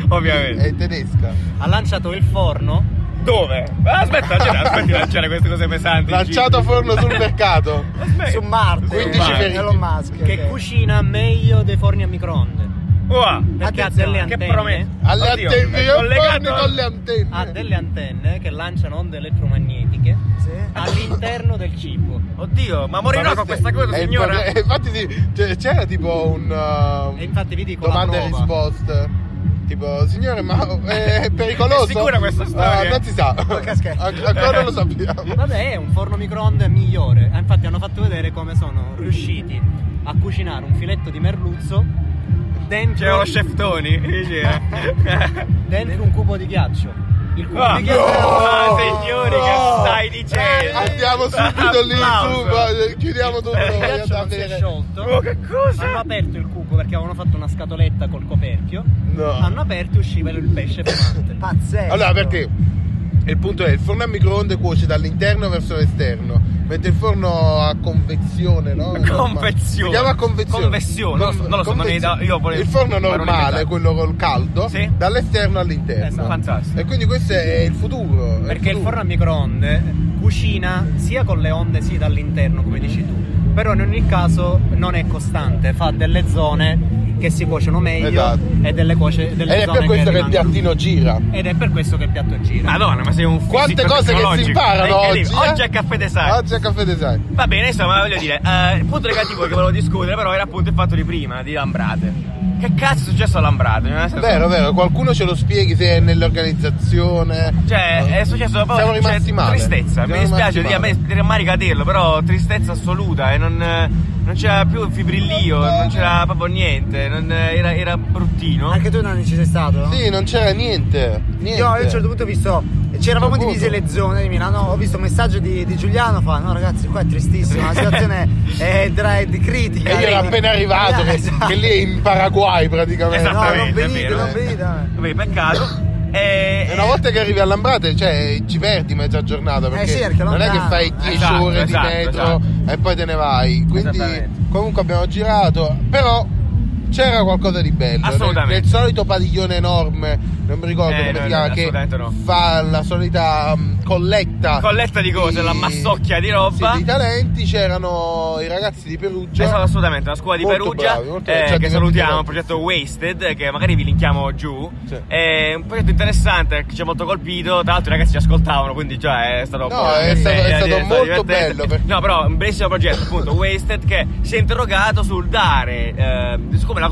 Speaker 2: Ovviamente.
Speaker 4: è tedesca.
Speaker 2: [LAUGHS]
Speaker 5: Ha lanciato il forno.
Speaker 2: Dove? Ah, Aspetta, c'era,
Speaker 4: [LAUGHS]
Speaker 2: aspetti, non c'era queste cose pesanti.
Speaker 4: Lanciato a forno sul mercato.
Speaker 2: Aspetta.
Speaker 3: Su Marte,
Speaker 4: 15
Speaker 3: Marte,
Speaker 4: feriti.
Speaker 3: Elon Musk.
Speaker 5: Che
Speaker 3: ok.
Speaker 5: cucina meglio dei forni a microonde.
Speaker 2: Wow.
Speaker 5: Perché ha delle
Speaker 2: Che
Speaker 5: antenne.
Speaker 2: promessa.
Speaker 4: Alle
Speaker 2: Oddio,
Speaker 4: antenne,
Speaker 2: è
Speaker 4: io
Speaker 2: collegato- Ah,
Speaker 4: parlo con le antenne.
Speaker 5: Ha delle antenne che lanciano onde elettromagnetiche
Speaker 3: Sì.
Speaker 5: all'interno del cibo.
Speaker 2: Oddio, ma morirò con questa cosa,
Speaker 4: È il
Speaker 2: signora.
Speaker 4: proble- infatti sì, cioè, c'era tipo un uh,
Speaker 5: E infatti vi dico
Speaker 4: domande e
Speaker 5: la prova.
Speaker 4: risposte. Tipo,
Speaker 2: [LAUGHS]
Speaker 4: signore, ma eh, è pericoloso?
Speaker 2: È sicura questa storia?
Speaker 4: Ah, non si
Speaker 2: [LAUGHS]
Speaker 4: sa.
Speaker 3: Col caschetto.
Speaker 4: An- ancora non lo sappiamo.
Speaker 5: Vabbè, è un forno microonde migliore. Ah, Infatti hanno fatto vedere come sono riusciti a cucinare un filetto di merluzzo
Speaker 2: C'era
Speaker 5: dentro,
Speaker 2: lo chef Tony. [LAUGHS] dici, eh.
Speaker 5: dentro un cubo di ghiaccio. Il cubo
Speaker 2: Ah,
Speaker 5: di ghiaccio
Speaker 2: ah, signori,
Speaker 4: No! Eh,
Speaker 2: che stai dicendo?
Speaker 4: Andiamo subito lì
Speaker 2: Applauso.
Speaker 4: su, va- chiudiamo tutto.
Speaker 5: Il
Speaker 4: voglio
Speaker 5: ghiaccio non si è
Speaker 4: vedere.
Speaker 5: sciolto.
Speaker 2: Oh, che
Speaker 5: Hanno
Speaker 2: cosa?
Speaker 5: aperto il cubo perché avevano fatto una scatoletta col coperchio.
Speaker 4: No.
Speaker 5: Hanno aperto e usciva il pesce fumante.
Speaker 2: Eh,
Speaker 3: Pazzesco.
Speaker 4: Allora, perché? Il punto è, il forno a microonde cuoce dall'interno verso l'esterno, mentre il forno a convezione, no?
Speaker 2: Convezione.
Speaker 4: Si chiama convezione.
Speaker 2: Convessione, non lo so- non lo so, non mi da- io volevo-
Speaker 4: Il forno
Speaker 2: non
Speaker 4: normale,
Speaker 2: inventato.
Speaker 4: quello col caldo,
Speaker 2: Sì.
Speaker 4: dall'esterno all'interno.
Speaker 5: Esatto.
Speaker 2: Fantastico.
Speaker 4: E quindi questo è il futuro. è
Speaker 5: Perché il
Speaker 4: futuro.
Speaker 5: forno a microonde cucina sia con le onde sia dall'interno, come dici tu. Però in ogni caso non è costante, fa delle zone che si cuociono meglio
Speaker 4: Esatto.
Speaker 5: e delle, cuoce, delle
Speaker 4: Ed è
Speaker 5: zone
Speaker 4: per questo che il
Speaker 5: rimangono.
Speaker 4: piattino gira.
Speaker 5: Ed è per questo che il piatto gira.
Speaker 2: Madonna, ma sei un fisico
Speaker 4: Quante cose che si
Speaker 2: tecnologico. È
Speaker 4: imparano oggi.
Speaker 2: incredibile.
Speaker 4: eh?
Speaker 2: Oggi è caffè design.
Speaker 4: Oggi è caffè design.
Speaker 2: Va bene, insomma, voglio dire, eh, il punto negativo che volevo discutere però era appunto il fatto di prima, di Lambrate. che cazzo è successo all'Ambrato? Nel senso-
Speaker 4: Vero, vero, qualcuno ce lo spieghi se è nell'organizzazione.
Speaker 2: Cioè,
Speaker 4: No.
Speaker 2: è successo proprio
Speaker 4: eh, Siamo rimasti
Speaker 2: cioè,
Speaker 4: male.
Speaker 2: tristezza.
Speaker 4: Siamo
Speaker 2: mi dispiace,
Speaker 4: rimasti
Speaker 2: di- a
Speaker 4: male.
Speaker 2: me mi rammarica dirlo, però tristezza assoluta e non, eh, non c'era più fibrillio, non c'era proprio niente, non, eh, era, era bruttino.
Speaker 3: Anche tu non ci sei stato?
Speaker 4: Sì, non c'era niente. niente.
Speaker 3: Io a un certo punto ho visto, c'erano proprio divise le zone di Milano, ho visto un messaggio di, di Giuliano, fa no ragazzi qua è tristissimo, la
Speaker 4: [LAUGHS]
Speaker 3: situazione è, dra- è di critica.
Speaker 4: E io ero appena arrivato,
Speaker 3: Eh,
Speaker 4: che,
Speaker 3: esatto.
Speaker 4: che lì è in Paraguay praticamente.
Speaker 3: No, non
Speaker 2: Esattamente, è
Speaker 3: venite,
Speaker 2: vero.
Speaker 3: non venite. eh.
Speaker 2: Vabbè, peccato. E,
Speaker 4: [COUGHS] E Una volta che arrivi all'Ambrate, cioè, ci perdi mezza giornata perché
Speaker 3: sì, perché è
Speaker 4: non è che
Speaker 3: lontano.
Speaker 4: fai 10
Speaker 2: Esatto,
Speaker 4: ore
Speaker 2: esatto,
Speaker 4: di metro
Speaker 2: esatto.
Speaker 4: e poi te ne vai. Quindi,
Speaker 2: Esattamente.
Speaker 4: comunque, abbiamo girato, però c'era qualcosa di bello. Nel-
Speaker 2: Assolutamente.
Speaker 4: Nel, solito padiglione enorme, non mi ricordo
Speaker 2: Eh,
Speaker 4: come
Speaker 2: no,
Speaker 4: si
Speaker 2: no,
Speaker 4: chiama,
Speaker 2: assolutamente
Speaker 4: che
Speaker 2: no.
Speaker 4: fa la solita mm, colletta.
Speaker 2: Colletta di cose, la massocchia di roba.
Speaker 4: Sì, di talenti c'erano i ragazzi di Perugia.
Speaker 2: Esatto, assolutamente, la scuola di
Speaker 4: Molto
Speaker 2: Perugia
Speaker 4: bravi, molto
Speaker 2: eh,
Speaker 4: bravi, cioè,
Speaker 2: che
Speaker 4: di
Speaker 2: salutiamo,
Speaker 4: capire.
Speaker 2: il progetto Wasted, che magari vi linkiamo giù.
Speaker 4: Sì.
Speaker 2: È un progetto interessante che ci ha molto colpito. Tra l'altro i ragazzi ci ascoltavano, quindi già è stato
Speaker 4: No,
Speaker 2: buono,
Speaker 4: è
Speaker 2: eh,
Speaker 4: stato- è
Speaker 2: eh,
Speaker 4: stato molto
Speaker 2: divertente.
Speaker 4: bello, perché-
Speaker 2: No, però un bellissimo progetto, appunto, Wasted, che si è interrogato sul dare, eh, su come la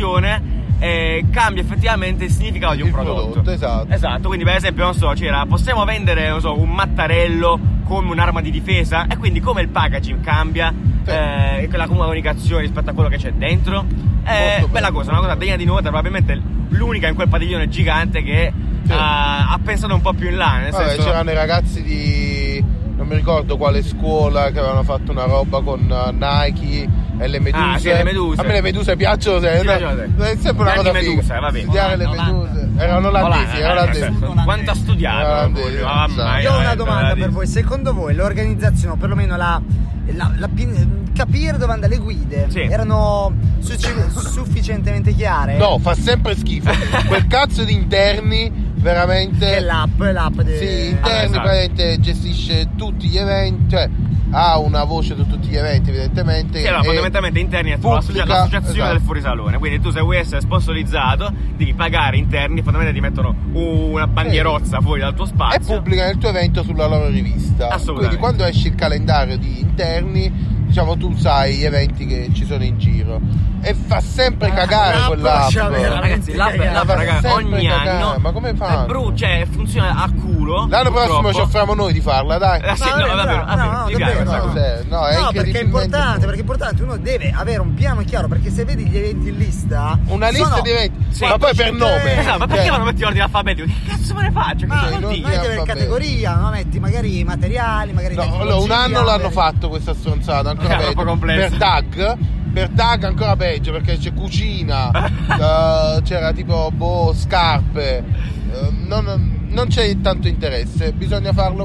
Speaker 2: comunicazione eh, cambia effettivamente il significato di un
Speaker 4: Il
Speaker 2: prodotto.
Speaker 4: prodotto, esatto.
Speaker 2: Esatto, quindi per esempio, non so, c'era, possiamo vendere, non so, un mattarello come un'arma di difesa? E quindi come il packaging cambia?
Speaker 4: Sì.
Speaker 2: Eh, la comunicazione rispetto a quello che c'è dentro? Eh,
Speaker 4: Molto
Speaker 2: bella
Speaker 4: bello.
Speaker 2: cosa, una cosa degna di nota, probabilmente l'unica in quel padiglione gigante che
Speaker 4: Sì.
Speaker 2: ha, ha pensato un po' più in là, nel
Speaker 4: Vabbè,
Speaker 2: senso...
Speaker 4: c'erano i ragazzi di non mi ricordo quale scuola che avevano fatto una roba con eh, Nike e le meduse.
Speaker 2: Ah, sì, le meduse.
Speaker 4: A me le meduse piacciono, se-
Speaker 2: Sì, piacciono, sì.
Speaker 4: è sempre una
Speaker 2: Grandi
Speaker 4: cosa
Speaker 2: meduse,
Speaker 4: figa.
Speaker 2: va bene.
Speaker 4: Studiare le
Speaker 5: Olanda.
Speaker 4: meduse. Erano olandesi,
Speaker 2: Olanda,
Speaker 4: erano
Speaker 2: eh,
Speaker 4: olandesi.
Speaker 2: certo. Quanto ha studiato?
Speaker 4: Olandesi,
Speaker 2: Giulio? Mamma
Speaker 4: esatto.
Speaker 2: mia,
Speaker 3: Io ho una
Speaker 2: veramente,
Speaker 3: domanda per
Speaker 2: veramente.
Speaker 3: voi, secondo voi l'organizzazione, o perlomeno la, la- la pin- capire dove andare le guide,
Speaker 2: Sì.
Speaker 3: erano succi- sufficientemente chiare?
Speaker 4: No, fa sempre schifo.
Speaker 2: [LAUGHS]
Speaker 4: Quel cazzo di interni
Speaker 3: Che
Speaker 4: veramente
Speaker 3: è l'app, è l'app di...
Speaker 4: Sì,
Speaker 2: Ah,
Speaker 4: interni
Speaker 2: esatto.
Speaker 4: praticamente gestisce tutti gli eventi, cioè ha una voce su tutti gli eventi evidentemente.
Speaker 2: Sì, allora,
Speaker 4: e
Speaker 2: fondamentalmente interni è tipo l'associa-
Speaker 4: pubblica-
Speaker 2: l'associazione
Speaker 4: esatto.
Speaker 2: del fuorisalone. Quindi tu se vuoi essere sponsorizzato, devi pagare interni, fondamentalmente ti mettono una bandierozza fuori dal tuo
Speaker 4: e
Speaker 2: spazio.
Speaker 4: pubblicano il tuo evento sulla loro rivista.
Speaker 2: Assolutamente.
Speaker 4: Quindi quando esce il calendario di interni, diciamo tu sai gli eventi che ci sono in giro. E fa sempre
Speaker 3: Ah,
Speaker 4: cagare
Speaker 3: l'app
Speaker 4: quella.
Speaker 3: lascia
Speaker 2: Allora,
Speaker 3: vera.
Speaker 2: ragazzi, l'app,
Speaker 3: Ma
Speaker 2: l'app,
Speaker 4: fa
Speaker 2: raga,
Speaker 4: sempre
Speaker 2: ogni
Speaker 4: cagare,
Speaker 2: anno.
Speaker 4: ma come fanno?
Speaker 2: È bru- cioè, funziona a culo.
Speaker 4: L'anno prossimo ci
Speaker 2: purtroppo.
Speaker 4: offriamo noi di farla, dai.
Speaker 2: Eh, sì, no,
Speaker 3: Ma vabbè,
Speaker 2: davvero,
Speaker 3: no,
Speaker 2: davvero,
Speaker 3: no,
Speaker 2: ci piace
Speaker 3: davvero,
Speaker 2: questa
Speaker 4: no.
Speaker 2: cosa.
Speaker 4: Cioè, no, è
Speaker 3: No, perché è
Speaker 4: incredibilmente
Speaker 3: importante,
Speaker 4: poco.
Speaker 3: perché è importante, uno deve avere un piano chiaro, perché se vedi gli eventi in lista...
Speaker 4: Una lista
Speaker 3: sono-
Speaker 4: di eventi.
Speaker 2: Sì.
Speaker 4: ma poi per nome.
Speaker 2: Esatto, ma perché
Speaker 4: Cioè,
Speaker 2: me lo metti in ordine alfabetico? Che cazzo me ne faccio? Che
Speaker 3: Ma
Speaker 2: vuol dire?
Speaker 3: Ah, non
Speaker 4: non-
Speaker 3: devi avere
Speaker 4: Alfabeto.
Speaker 3: categoria, no? metti magari i materiali, magari
Speaker 4: No,
Speaker 3: tecnologia,
Speaker 4: allora, un anno l'hanno
Speaker 3: magari-
Speaker 4: fatto questa stronzata, ancora
Speaker 2: Era
Speaker 4: peggio.
Speaker 2: troppo complessa.
Speaker 4: Per tag, per tag ancora peggio perché c'è cucina,
Speaker 2: [LAUGHS]
Speaker 4: eh, c'era tipo boh, scarpe. eh, non, non c'è tanto interesse, bisogna farlo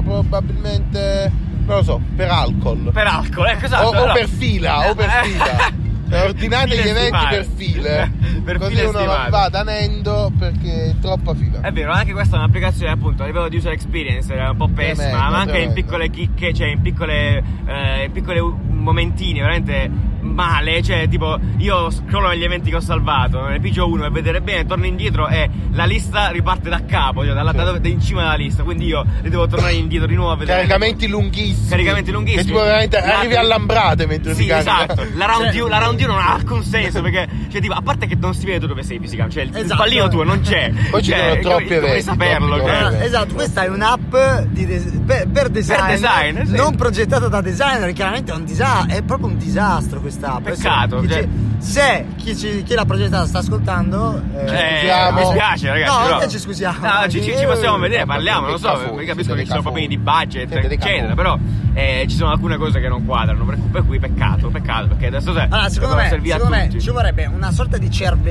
Speaker 4: probabilmente, non lo so, per alcol.
Speaker 2: Per alcol, ecco esatto.
Speaker 4: o, o
Speaker 2: allora.
Speaker 4: per fila, o per
Speaker 2: Eh.
Speaker 4: fila.
Speaker 2: [LAUGHS]
Speaker 4: Eh, Ordinate
Speaker 2: File
Speaker 4: gli eventi
Speaker 2: stivali.
Speaker 4: per file.
Speaker 2: [LAUGHS] Per
Speaker 4: così
Speaker 2: file Eh,
Speaker 4: uno
Speaker 2: stivali.
Speaker 4: non va da Nendo perché è troppa fila.
Speaker 2: È vero, anche questa è un'applicazione appunto a livello di user experience era un po' pessima,
Speaker 4: Tremendo,
Speaker 2: ma anche in
Speaker 4: tremendo.
Speaker 2: piccole chicche, cioè in piccole, eh, in piccole u- momentini veramente male, cioè tipo io scrollo negli eventi che ho salvato, ne pigio uno per vedere bene, torno indietro e la lista riparte da capo, cioè dalla, da dove- da in cima alla lista, quindi io ne devo tornare indietro di
Speaker 4: Cioè,
Speaker 2: nuovo a vedere.
Speaker 4: Caricamenti lunghissimi.
Speaker 2: Caricamenti lunghissimi.
Speaker 4: Che tipo veramente arrivi
Speaker 2: Latte-
Speaker 4: all'ambrate mentre
Speaker 2: Sì,
Speaker 4: ti carica.
Speaker 2: esatto. La round,
Speaker 3: Cioè
Speaker 2: you, la round you non ha alcun senso perché, cioè, tipo, a parte che non si vede tu dove sei fisicamente, cioè il, il
Speaker 3: Esatto.
Speaker 2: pallino tuo non
Speaker 3: [LAUGHS]
Speaker 2: c'è.
Speaker 4: Poi ci
Speaker 2: Cioè,
Speaker 4: sono
Speaker 2: come-
Speaker 4: troppi
Speaker 2: come
Speaker 4: eventi,
Speaker 2: saperlo,
Speaker 4: troppi
Speaker 2: cioè?
Speaker 4: eventi.
Speaker 3: Ah, esatto, questa è un'app di des- per, per design,
Speaker 2: Per design, esatto.
Speaker 3: non progettata da designer, chiaramente è, un disa- è proprio un disastro questa app.
Speaker 2: Peccato,
Speaker 3: Se chi,
Speaker 2: cioè-
Speaker 3: ci- se chi, ci- chi l'ha progettata sta ascoltando, eh,
Speaker 2: Eh,
Speaker 4: scusiamo.
Speaker 2: mi spiace ragazzi.
Speaker 3: No,
Speaker 2: però.
Speaker 3: anche ci scusiamo.
Speaker 2: No, ci, ci- ci possiamo vedere,
Speaker 4: Eh,
Speaker 2: parliamo,
Speaker 4: vabbè,
Speaker 2: non
Speaker 4: che
Speaker 2: so,
Speaker 4: cafoni,
Speaker 2: mi capisco
Speaker 4: siete
Speaker 2: che ci sono
Speaker 4: dei
Speaker 2: problemi
Speaker 4: cafoni.
Speaker 2: di budget,
Speaker 4: Siete dei
Speaker 2: eccetera,
Speaker 4: cafoni.
Speaker 2: però eh, ci sono alcune cose che non quadrano, per, per cui peccato, peccato, perché adesso se
Speaker 3: Allora, secondo
Speaker 2: dovrebbe
Speaker 3: me,
Speaker 2: servire a
Speaker 3: secondo me
Speaker 2: tutti.
Speaker 3: ci vorrebbe una sorta di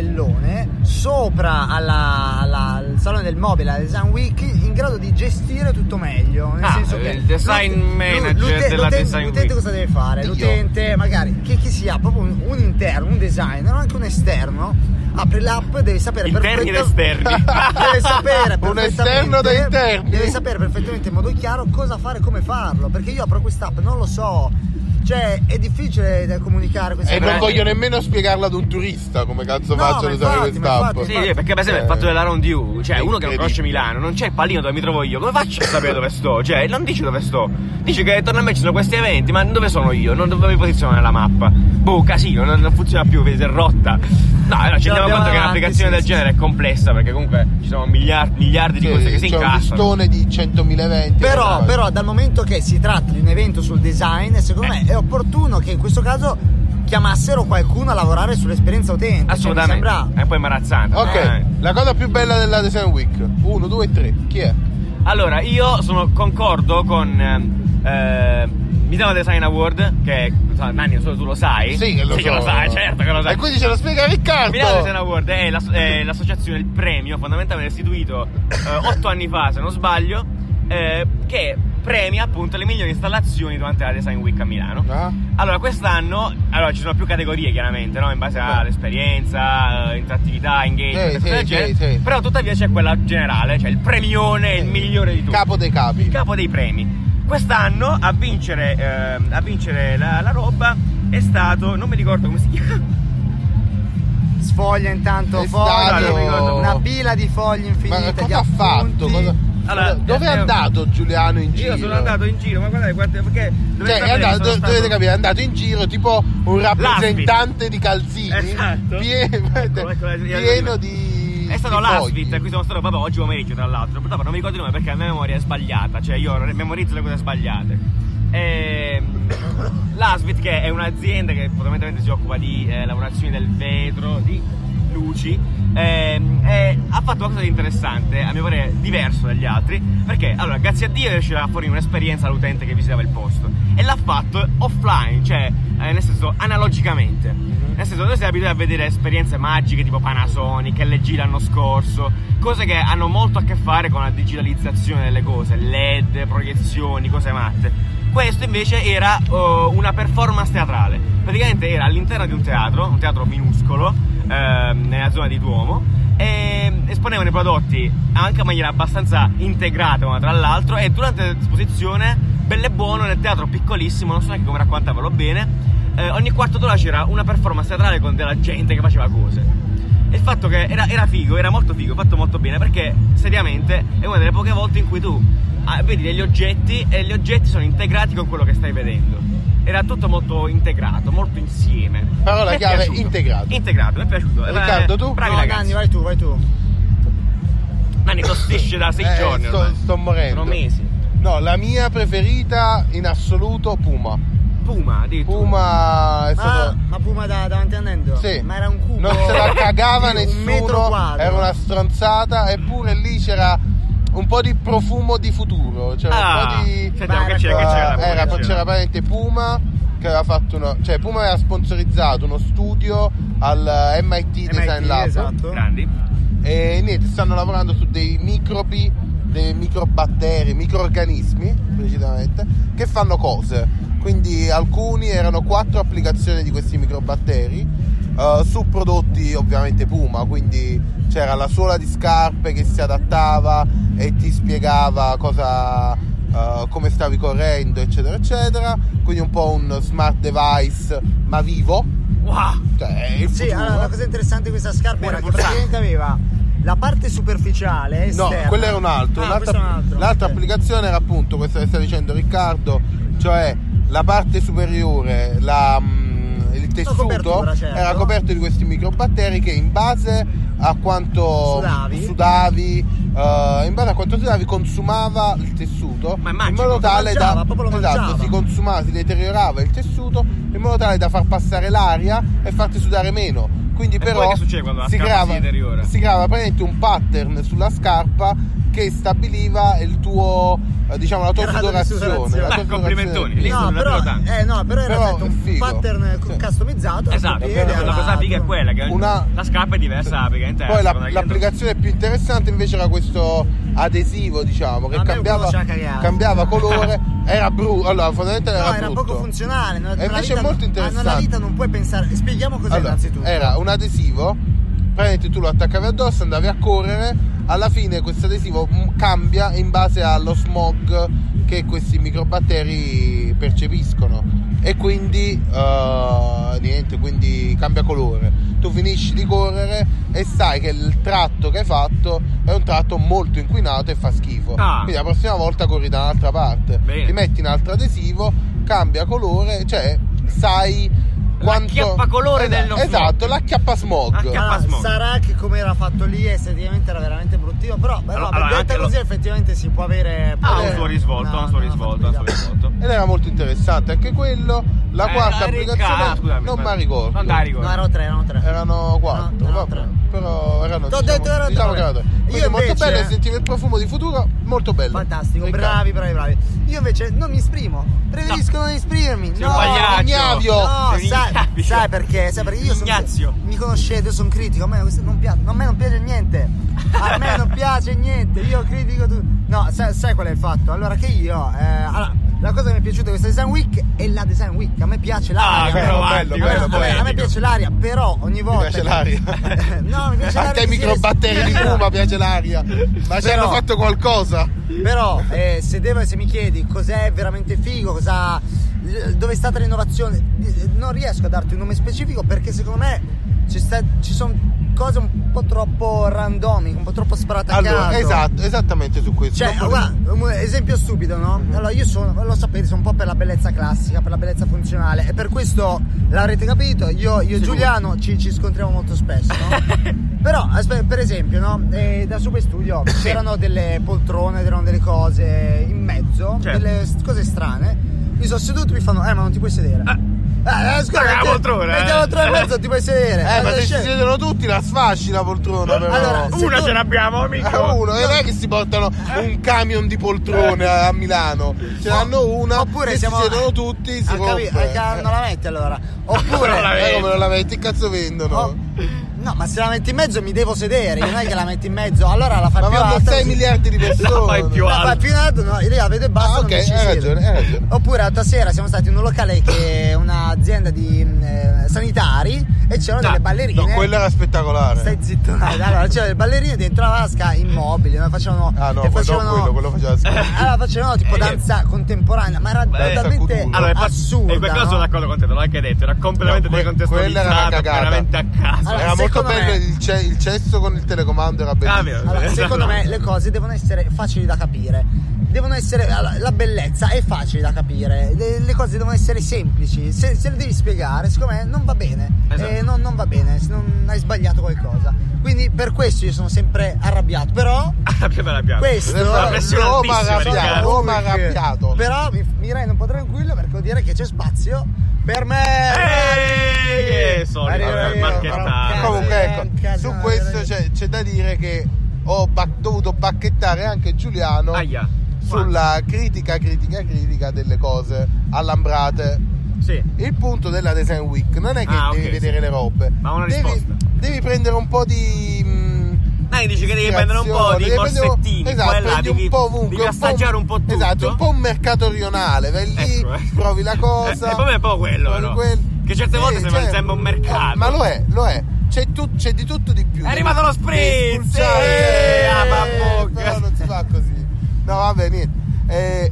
Speaker 3: cervellone sopra alla- alla- al salone del mobile, alla Design Week, in grado di gestire tutto meglio. Nel
Speaker 2: Ah,
Speaker 3: senso che
Speaker 2: il design
Speaker 3: l'ut-
Speaker 2: manager
Speaker 3: l'ute-
Speaker 2: della
Speaker 3: l'uten-
Speaker 2: Design Week.
Speaker 3: L'utente cosa deve fare?
Speaker 4: Dio.
Speaker 3: L'utente, magari che, chi sia, proprio un, un interno, un designer o anche un esterno, apre l'app, deve sapere
Speaker 2: Interni ed
Speaker 3: perfetta-
Speaker 2: esterni.
Speaker 3: [LAUGHS] Deve sapere
Speaker 4: Un
Speaker 3: perfettamente-
Speaker 4: esterno da interni.
Speaker 3: Deve sapere perfettamente in modo chiaro cosa fare e come farlo. Perché io apro quest'app, non lo so. Cioè, è difficile da comunicare questa
Speaker 2: Sì,
Speaker 4: E Eh, non
Speaker 2: veramente.
Speaker 4: voglio nemmeno spiegarla ad un turista come cazzo
Speaker 3: No,
Speaker 4: faccio ad
Speaker 3: ma
Speaker 4: usare
Speaker 3: infatti, ma
Speaker 4: quest'app.
Speaker 3: infatti,
Speaker 2: Sì, sì, perché per esempio il fatto della round you, cioè uno che non
Speaker 4: incredibile.
Speaker 2: conosce Milano, non c'è il pallino dove mi trovo io, come faccio a sapere dove sto? Cioè, non dici dove sto, dici che torno a me ci sono questi eventi, ma dove sono io? Non dove mi posiziono nella mappa? boh, casino, non, non funziona più, vedi, si è rotta. No, allora, ci
Speaker 3: No,
Speaker 2: rendiamo
Speaker 3: andiamo
Speaker 2: conto che
Speaker 3: avanti,
Speaker 2: un'applicazione
Speaker 3: sì,
Speaker 2: del
Speaker 3: sì,
Speaker 2: genere è complessa perché comunque ci sono miliar- miliardi di cose che si
Speaker 4: c'è un
Speaker 2: incassano.
Speaker 4: listone di 100.000 eventi.
Speaker 3: Però,
Speaker 4: guarda.
Speaker 3: però dal momento che si tratta di un evento sul design, secondo me è opportuno che in questo caso chiamassero qualcuno a lavorare sull'esperienza utente. Cioè, mi
Speaker 2: Assolutamente.
Speaker 3: sembra
Speaker 2: E poi marazzante.
Speaker 4: Ok, la cosa più bella della Design Week. 1, 2, 3. Chi è?
Speaker 2: Allora, io sono concordo con eh, Milano Design Award, che sa, Nanni, non so se tu lo sai.
Speaker 4: Sì, che lo
Speaker 2: sì,
Speaker 4: so.
Speaker 2: Che lo sai, certo che lo sai.
Speaker 4: E quindi ce lo spiega Riccardo.
Speaker 2: Milano Design Award è, l'ass- è l'associazione, il premio fondamentalmente istituito eh, otto anni fa, se non sbaglio, eh, che premia appunto le migliori installazioni durante la Design Week a Milano.
Speaker 4: Ah.
Speaker 2: Allora, quest'anno allora, ci sono più categorie, chiaramente, no? in base all'esperienza, eh, interattività, engagement,
Speaker 4: Sì,
Speaker 2: e cose
Speaker 4: sì,
Speaker 2: del
Speaker 4: sì,
Speaker 2: genere.
Speaker 4: sì.
Speaker 2: Però tuttavia c'è quella generale, cioè il premione, il migliore di tutti
Speaker 4: Capo dei capi.
Speaker 2: il capo dei premi. Quest'anno a vincere, ehm, a vincere la, la roba è stato, non mi ricordo come si chiama,
Speaker 3: sfoglia intanto
Speaker 4: È
Speaker 3: foglie,
Speaker 2: stato-
Speaker 3: una pila di foglie
Speaker 4: Ma
Speaker 3: infinite. di
Speaker 4: cosa ha fatto?
Speaker 3: appunti.
Speaker 4: Cosa-
Speaker 2: Allora,
Speaker 4: Dove è
Speaker 2: eh,
Speaker 4: andato Giuliano in giro?
Speaker 2: io sono andato in giro, ma guardate, guardate perché dove
Speaker 4: Cioè, è andato-
Speaker 2: sono
Speaker 4: dovete
Speaker 2: stato-
Speaker 4: capire, è andato in giro tipo un rappresentante di calzini
Speaker 2: Esatto.
Speaker 4: pieno,
Speaker 2: Ecco, ecco, io- io-
Speaker 4: pieno di.
Speaker 2: È stato cioè,
Speaker 4: di
Speaker 2: l'ASVIT, a
Speaker 4: fogli.
Speaker 2: cui sono stato proprio oggi pomeriggio, tra l'altro. Purtroppo non mi ricordo il nome perché la mia memoria è sbagliata, cioè io re- memorizzo le cose sbagliate. Ehm, [COUGHS] L'ASVIT, che è un'azienda che fondamentalmente si occupa di eh, lavorazioni del vetro, di luci, ehm, e ha fatto qualcosa di interessante, a mio parere diverso dagli altri, perché allora, grazie a Dio, riusciva a fornire un'esperienza all'utente che visitava il posto. E l'ha fatto offline, cioè eh, nel senso analogicamente. Nel senso, noi siamo abituati a vedere esperienze magiche tipo Panasonic, LG l'anno scorso, cose che hanno molto a che fare con la digitalizzazione delle cose, LED, proiezioni, cose matte. Questo invece era eh, una performance teatrale. Praticamente era all'interno di un teatro, un teatro minuscolo, ehm, nella zona di Duomo, e esponevano i prodotti anche in maniera abbastanza integrata una tra l'altro e durante l'esposizione, belle e buono, nel teatro piccolissimo, non so neanche come raccontarvelo bene, eh, ogni quarto d'ora c'era una performance teatrale con della gente che faceva cose. E il fatto che era, era figo, era molto figo, fatto molto bene, perché seriamente è una delle poche volte in cui tu ah, vedi degli oggetti e gli oggetti sono integrati con quello che stai vedendo. Era tutto molto integrato, molto insieme.
Speaker 4: Parola
Speaker 2: Mi è
Speaker 4: chiave,
Speaker 2: piaciuto.
Speaker 4: integrato.
Speaker 2: Integrato, mi è piaciuto. Eh,
Speaker 4: Riccardo, tu?
Speaker 2: Bravi
Speaker 3: No,
Speaker 2: ragazzi.
Speaker 3: Nanni, vai tu, vai tu.
Speaker 2: Nanni tossisce da sei
Speaker 4: Eh,
Speaker 2: giorni.
Speaker 4: sto-
Speaker 2: ormai.
Speaker 4: sto morendo.
Speaker 2: Sono mesi.
Speaker 4: No, la mia preferita in assoluto Puma.
Speaker 2: Puma, addirittura.
Speaker 4: Puma è
Speaker 3: Ma,
Speaker 4: stato.
Speaker 3: Ah, ma Puma da, davanti a Nendo?
Speaker 4: Sì.
Speaker 3: Ma era un cubo.
Speaker 4: Non se la cagava
Speaker 3: di Un metro
Speaker 4: nessuno,
Speaker 3: quadro.
Speaker 4: era una stronzata, eppure lì c'era un po' di profumo di futuro. C'era
Speaker 2: Ah,
Speaker 4: un po' di.
Speaker 2: sentiamo che c'era, che
Speaker 4: Eh,
Speaker 2: c'era.
Speaker 4: era,
Speaker 2: che
Speaker 4: c'era praticamente Puma che aveva fatto una. Cioè, Puma aveva sponsorizzato uno studio al MIT
Speaker 3: Eh,
Speaker 4: Design
Speaker 3: MIT,
Speaker 4: Lab.
Speaker 3: esatto.
Speaker 2: Grandi.
Speaker 4: E niente, stanno lavorando su dei microbi, dei microbatteri, microorganismi, precisamente, che fanno cose. Quindi alcuni erano quattro applicazioni di questi microbatteri eh, su prodotti ovviamente Puma, quindi c'era la suola di scarpe che si adattava e ti spiegava cosa, eh, come stavi correndo, eccetera, eccetera. Quindi un po' un smart device ma vivo.
Speaker 2: Wow.
Speaker 4: Cioè, il
Speaker 3: Sì,
Speaker 4: futuro.
Speaker 3: allora la cosa interessante di questa scarpa
Speaker 2: Buona
Speaker 3: era che
Speaker 2: portata.
Speaker 3: praticamente aveva la parte superficiale
Speaker 4: No,
Speaker 3: esterna.
Speaker 4: quello era un altro.
Speaker 3: Ah,
Speaker 4: un'altra,
Speaker 3: questo è un altro.
Speaker 4: L'altra
Speaker 3: Ok.
Speaker 4: applicazione era appunto questa che sta dicendo Riccardo, cioè la parte superiore, la, mm, il tessuto
Speaker 3: copertura, certo.
Speaker 4: era coperto di questi microbatteri che in base a quanto
Speaker 3: Sudavi.
Speaker 4: sudavi, eh, in base a quanto sudavi consumava il tessuto
Speaker 2: Ma è
Speaker 4: in
Speaker 2: magico,
Speaker 4: modo tale
Speaker 3: mangiava,
Speaker 4: da
Speaker 3: proprio lo
Speaker 4: esatto,
Speaker 3: mangiava.
Speaker 4: si consumava, si deteriorava il tessuto in modo tale da far passare l'aria e farti sudare meno. Quindi
Speaker 2: E poi
Speaker 4: però
Speaker 2: che succede quando la
Speaker 4: si
Speaker 2: scarpa si
Speaker 4: creava,
Speaker 2: deteriora?
Speaker 4: si creava praticamente un pattern sulla scarpa che stabiliva il tuo eh, diciamo la tua
Speaker 3: Grado di
Speaker 4: sudorazione
Speaker 3: sudorazione.
Speaker 4: la tua
Speaker 2: Ah, complimentoni.
Speaker 4: sudorazione.
Speaker 2: Lì
Speaker 3: No,
Speaker 2: sono
Speaker 3: però,
Speaker 2: tanto.
Speaker 3: eh, no, però era
Speaker 4: Però
Speaker 3: detto
Speaker 4: è
Speaker 3: un
Speaker 4: figo.
Speaker 3: pattern
Speaker 4: Sì.
Speaker 3: customizzato.
Speaker 2: Esatto,
Speaker 3: sul
Speaker 2: la
Speaker 3: piede, alla-
Speaker 2: cosa figa è quella che
Speaker 4: Una-
Speaker 2: la scarpa è diversa, praticamente.
Speaker 4: poi la-
Speaker 2: secondo me,
Speaker 4: l'applicazione più interessante invece era questo adesivo diciamo che
Speaker 3: A me
Speaker 4: cambiava,
Speaker 3: quello c'ha cagato.
Speaker 4: cambiava
Speaker 3: [LAUGHS]
Speaker 4: colore era brutto allora fondamentalmente
Speaker 3: No,
Speaker 4: era,
Speaker 3: era
Speaker 4: brutto
Speaker 3: poco funzionale. non-
Speaker 4: E
Speaker 3: nella
Speaker 4: invece è
Speaker 3: vita-
Speaker 4: molto
Speaker 3: ah, Nella
Speaker 4: interessante.
Speaker 3: vita non puoi pensare. Spieghiamo cos'è
Speaker 4: Allora,
Speaker 3: innanzitutto.
Speaker 2: eh,
Speaker 4: era un adesivo praticamente tu lo attaccavi addosso andavi a correre alla fine questo adesivo mm, cambia in base allo smog che questi microbatteri percepiscono e quindi eh, niente quindi cambia colore tu finisci di correre e sai che il tratto che hai fatto è un tratto molto inquinato e fa schifo
Speaker 2: Ah.
Speaker 4: quindi la prossima volta corri da un'altra parte
Speaker 2: Bene.
Speaker 4: ti metti un altro adesivo cambia colore cioè sai
Speaker 2: L'acchiappacolore
Speaker 4: Esa-
Speaker 2: dello smog.
Speaker 4: Esatto, l'acchiappa smog.
Speaker 2: Acchiappa-
Speaker 3: Ah,
Speaker 2: Smog.
Speaker 3: sarà che come era fatto lì effettivamente era veramente bruttino però beh,
Speaker 2: Allora,
Speaker 3: no,
Speaker 2: allora,
Speaker 3: detta
Speaker 2: anche
Speaker 3: così
Speaker 2: lo-
Speaker 3: effettivamente si può avere
Speaker 2: Ha
Speaker 3: eh,
Speaker 2: un suo risvolto,
Speaker 3: una-
Speaker 2: ha un suo
Speaker 3: una
Speaker 2: risvolto, ha un suo
Speaker 3: fatalità.
Speaker 2: risvolto.
Speaker 4: Ed era molto interessante anche quello. La
Speaker 2: Eh,
Speaker 4: quarta
Speaker 2: dai, ricordo,
Speaker 4: applicazione
Speaker 3: ah,
Speaker 2: scusami,
Speaker 4: non
Speaker 2: ma-
Speaker 4: mi ricordo.
Speaker 2: Non dai ricordo.
Speaker 3: No, erano tre, erano
Speaker 2: Eh,
Speaker 3: tre.
Speaker 4: Erano quattro,
Speaker 3: No, erano
Speaker 4: vabbè.
Speaker 3: tre.
Speaker 4: però erano
Speaker 3: Ah, T'ho
Speaker 4: diciamo,
Speaker 3: detto erano
Speaker 4: diciamo
Speaker 3: tre.
Speaker 4: che erano tre.
Speaker 3: Io
Speaker 4: Quindi molto
Speaker 3: invece-
Speaker 4: bello sentire il profumo di futuro, molto bello.
Speaker 3: Fantastico,
Speaker 2: Ecco.
Speaker 4: Riccardo.
Speaker 3: bravi, bravi, bravi. Io invece non mi esprimo, preferisco non esprimermi.
Speaker 2: Sei
Speaker 3: no,
Speaker 2: un pagliaccio.
Speaker 4: ignavio.
Speaker 3: No,
Speaker 2: Sei un
Speaker 3: sai,
Speaker 2: ignavio.
Speaker 3: sai perché? Sai perché io sono
Speaker 2: Ignazio.
Speaker 3: mi conoscete, io sono critico, a me questo non piace, a me non piace niente. A me non piace niente, io critico tu. No, sai, sai qual è il fatto? Allora che io eh, allora, la cosa che mi è piaciuta di questa Design Week è la Design Week, a me piace l'aria.
Speaker 2: Ah, bello,
Speaker 3: a me-
Speaker 2: bello,
Speaker 3: a me-
Speaker 2: bello,
Speaker 3: a me- a me
Speaker 2: poetico.
Speaker 3: piace l'aria, però ogni volta
Speaker 4: piace l'aria.
Speaker 3: [LAUGHS]
Speaker 4: [LAUGHS]
Speaker 3: no, mi piace l'aria.
Speaker 4: A te
Speaker 3: che si
Speaker 4: microbatteri di
Speaker 3: respira.
Speaker 4: Puma piace l'aria. Ma ci
Speaker 3: Però-
Speaker 4: hanno fatto qualcosa.
Speaker 3: Però eh, se, devo- se mi chiedi cos'è veramente figo, cosa- l- dove è stata l'innovazione, eh, non riesco a darti un nome specifico perché secondo me ci, sta- ci sono cose un po' troppo randomiche, un po' troppo sparate a
Speaker 4: Allora,
Speaker 3: caso.
Speaker 4: esatto, esattamente su questo.
Speaker 3: Cioè,
Speaker 4: Non volevo-
Speaker 3: guarda, un esempio stupido, no? Allora, io sono, lo sapete, sono un po' per la bellezza classica, per la bellezza funzionale e per questo l'avrete capito, io, io e Giuliano ci, ci scontriamo molto spesso, no? Però, aspe- per esempio, no? Eh, da Super Studio c'erano delle poltrone, c'erano delle cose in mezzo,
Speaker 2: Certo.
Speaker 3: delle s- cose strane. Mi sono seduto e mi fanno, eh, ma non ti puoi sedere. Eh, eh, scusa,
Speaker 2: Ma che
Speaker 3: te-
Speaker 2: poltrona,
Speaker 3: mettiamo
Speaker 2: eh?
Speaker 3: la poltrona in mezzo, non ti puoi sedere.
Speaker 4: Eh, ma se ci
Speaker 3: scel-
Speaker 4: siedono tutti la sfasci la poltrona però.
Speaker 3: Allora, se
Speaker 2: Una
Speaker 3: tu-
Speaker 2: ce l'abbiamo, amico.
Speaker 4: Eh, uno, e non è che si portano un camion di poltrone a Milano. Ce l'hanno una,
Speaker 3: Oppure
Speaker 4: e
Speaker 3: siamo
Speaker 4: si siedono tutti, si
Speaker 3: Ah,
Speaker 4: rompe.
Speaker 3: capi- ah, ca- non la metti allora. Oppure
Speaker 2: Non la
Speaker 4: Eh,
Speaker 2: metti.
Speaker 4: come non la metti, che cazzo vendono?
Speaker 3: Oh, no, ma se la metti in mezzo mi devo sedere, non è che la metti in mezzo, allora la fai
Speaker 4: Ma
Speaker 3: più
Speaker 4: vanno
Speaker 3: alta.
Speaker 4: 6
Speaker 3: [LAUGHS]
Speaker 4: miliardi di persone.
Speaker 2: La fai più
Speaker 3: La
Speaker 2: alta.
Speaker 3: fai più in alto, no, io la vedo e basta.
Speaker 4: Ah,
Speaker 3: non
Speaker 4: ok,
Speaker 3: mi ci
Speaker 4: hai
Speaker 3: siedo.
Speaker 4: ragione, hai ragione.
Speaker 3: Oppure l'altra sera siamo stati in un locale che è un'azienda di mm, eh, sanitari e c'erano
Speaker 2: Ah,
Speaker 3: delle
Speaker 4: No,
Speaker 3: ballerine.
Speaker 4: quello era spettacolare.
Speaker 3: Stai zitto, dai, allora c'erano delle ballerine dentro la vasca immobili, no? facevano.
Speaker 4: Ah no,
Speaker 3: e
Speaker 4: quello-
Speaker 3: facevano
Speaker 4: quello, quello faceva schifo.
Speaker 3: Allora facevano tipo
Speaker 2: Eh.
Speaker 3: danza contemporanea, ma era
Speaker 2: Danza
Speaker 3: totalmente
Speaker 4: con culo.
Speaker 2: Allora, è pass-
Speaker 3: assurda.
Speaker 2: E quel caso
Speaker 3: no?
Speaker 2: sono d'accordo con te, te l'ho anche detto, era completamente
Speaker 4: No, que- quella era
Speaker 2: decontestualizzato,
Speaker 4: una cagata.
Speaker 2: veramente a caso.
Speaker 3: Allora,
Speaker 4: era molto
Speaker 3: secondo
Speaker 4: bello
Speaker 3: me-
Speaker 4: il, ce- il cesso con il telecomando, era bello.
Speaker 2: Ah, vero.
Speaker 3: Allora, secondo me
Speaker 2: Esatto.
Speaker 3: le cose devono essere facili da capire. Devono essere. allora, La bellezza è facile da capire. Le, le cose devono essere semplici. Se, se le devi spiegare, secondo me non va bene.
Speaker 2: Esatto.
Speaker 3: Eh, non, non va bene, se non hai sbagliato qualcosa. Quindi per questo io sono sempre arrabbiato. Però.
Speaker 2: [LAUGHS] Abbiamo la pianta.
Speaker 3: Questo
Speaker 2: La pressione
Speaker 4: Roma
Speaker 2: altissima,
Speaker 4: arrabbiata.
Speaker 2: Riccardo.
Speaker 4: Roma arrabbiato.
Speaker 3: Però mi, mi rendo un po' tranquillo perché vuol dire che c'è spazio per me.
Speaker 2: Eh, Eeeh, solito,
Speaker 3: Arrivo
Speaker 4: Vabbè,
Speaker 2: eh,
Speaker 3: io,
Speaker 2: marchettare.
Speaker 3: però-
Speaker 4: Comunque, ecco,
Speaker 3: Cazzo,
Speaker 4: su
Speaker 3: no,
Speaker 4: questo
Speaker 3: dai.
Speaker 4: c'è, c'è da dire che ho ba- dovuto bacchettare anche Giuliano
Speaker 2: Aia.
Speaker 4: sulla critica, critica, critica delle cose allambrate.
Speaker 2: Sì.
Speaker 4: Il punto della Design Week non è che
Speaker 2: Ah,
Speaker 4: devi
Speaker 2: ok,
Speaker 4: vedere
Speaker 2: sì.
Speaker 4: le robe,
Speaker 2: Ma una
Speaker 4: devi,
Speaker 2: risposta.
Speaker 4: devi prendere un po' di. mm,
Speaker 2: Dai, dici che devi prendere un po' di
Speaker 4: Devi prendere un-
Speaker 2: morsettini,
Speaker 4: esatto,
Speaker 2: qua e là,
Speaker 4: prendi
Speaker 2: devi,
Speaker 4: un po' ovunque,
Speaker 2: devi assaggiare un po', tutto.
Speaker 4: Esatto, un po' un mercato rionale, vai lì,
Speaker 2: Ecco, eh.
Speaker 4: provi la cosa.
Speaker 2: Eh, e poi è un po' quello,
Speaker 4: provi
Speaker 2: però.
Speaker 4: quel- certo.
Speaker 2: Che certe volte sembra- sembra un mercato.
Speaker 4: Ma lo è, lo è. C'è, tu- c'è di tutto di più.
Speaker 2: È arrivato lo spritz!
Speaker 4: Devi spulciare,
Speaker 2: Eh,
Speaker 4: eh,
Speaker 2: ah, babbo.
Speaker 4: però non si fa così. No, vabbè, niente. Eh,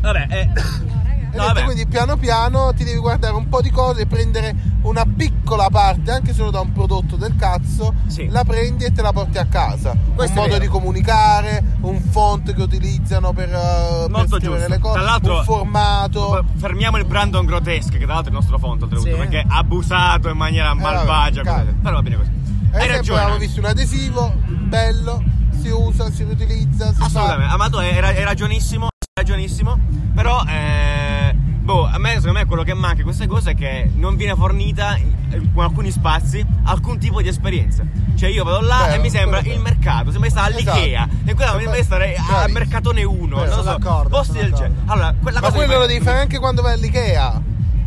Speaker 2: Vabbè, eh.
Speaker 4: e
Speaker 2: No,
Speaker 4: niente,
Speaker 2: vabbè.
Speaker 4: quindi piano piano ti devi guardare un po' di cose e prendere una piccola parte, anche solo da un prodotto del cazzo,
Speaker 2: Sì.
Speaker 4: la prendi e te la porti a casa.
Speaker 3: Questo
Speaker 4: un
Speaker 3: è vero.
Speaker 4: modo di comunicare, un font che utilizzano per, eh, per
Speaker 2: Molto
Speaker 4: scrivere
Speaker 2: giusto.
Speaker 4: le cose,
Speaker 2: Tra l'altro-
Speaker 4: un formato.
Speaker 2: Fermiamo il Brandon Grotesque, che tra l'altro è il nostro fonte, oltretutto,
Speaker 3: Sì.
Speaker 2: perché è abusato in maniera
Speaker 4: Eh, vabbè, Eh,
Speaker 2: malvagia.
Speaker 4: cazzo.
Speaker 2: cose- Però va bene così.
Speaker 4: Ad
Speaker 2: Hai
Speaker 4: esempio,
Speaker 2: ragione.
Speaker 4: abbiamo visto un adesivo bello, si usa, si riutilizza, si fa.
Speaker 2: Assolutamente, Amato è, ra- è ragionissimo, è ragionissimo, però eh, boh, a me secondo me quello che manca in queste cose è che non viene fornita in in alcuni spazi alcun tipo di esperienza. Cioè io vado là
Speaker 4: Vero,
Speaker 2: e mi sembra
Speaker 4: quello è
Speaker 2: il
Speaker 4: vero.
Speaker 2: mercato, sembra di stare
Speaker 4: Esatto.
Speaker 2: all'IKEA, e quella mi
Speaker 4: Sembra-
Speaker 2: sembra di stare a
Speaker 4: bravissimo.
Speaker 2: mercatone 1, non
Speaker 4: Vero,
Speaker 2: lo so,
Speaker 3: sono d'accordo,
Speaker 2: posti
Speaker 3: sono
Speaker 2: del genere.
Speaker 3: d'accordo.
Speaker 2: Allora, quella
Speaker 4: Ma
Speaker 2: cosa
Speaker 4: quello
Speaker 2: mi-
Speaker 4: lo devi fare anche quando vai all'IKEA.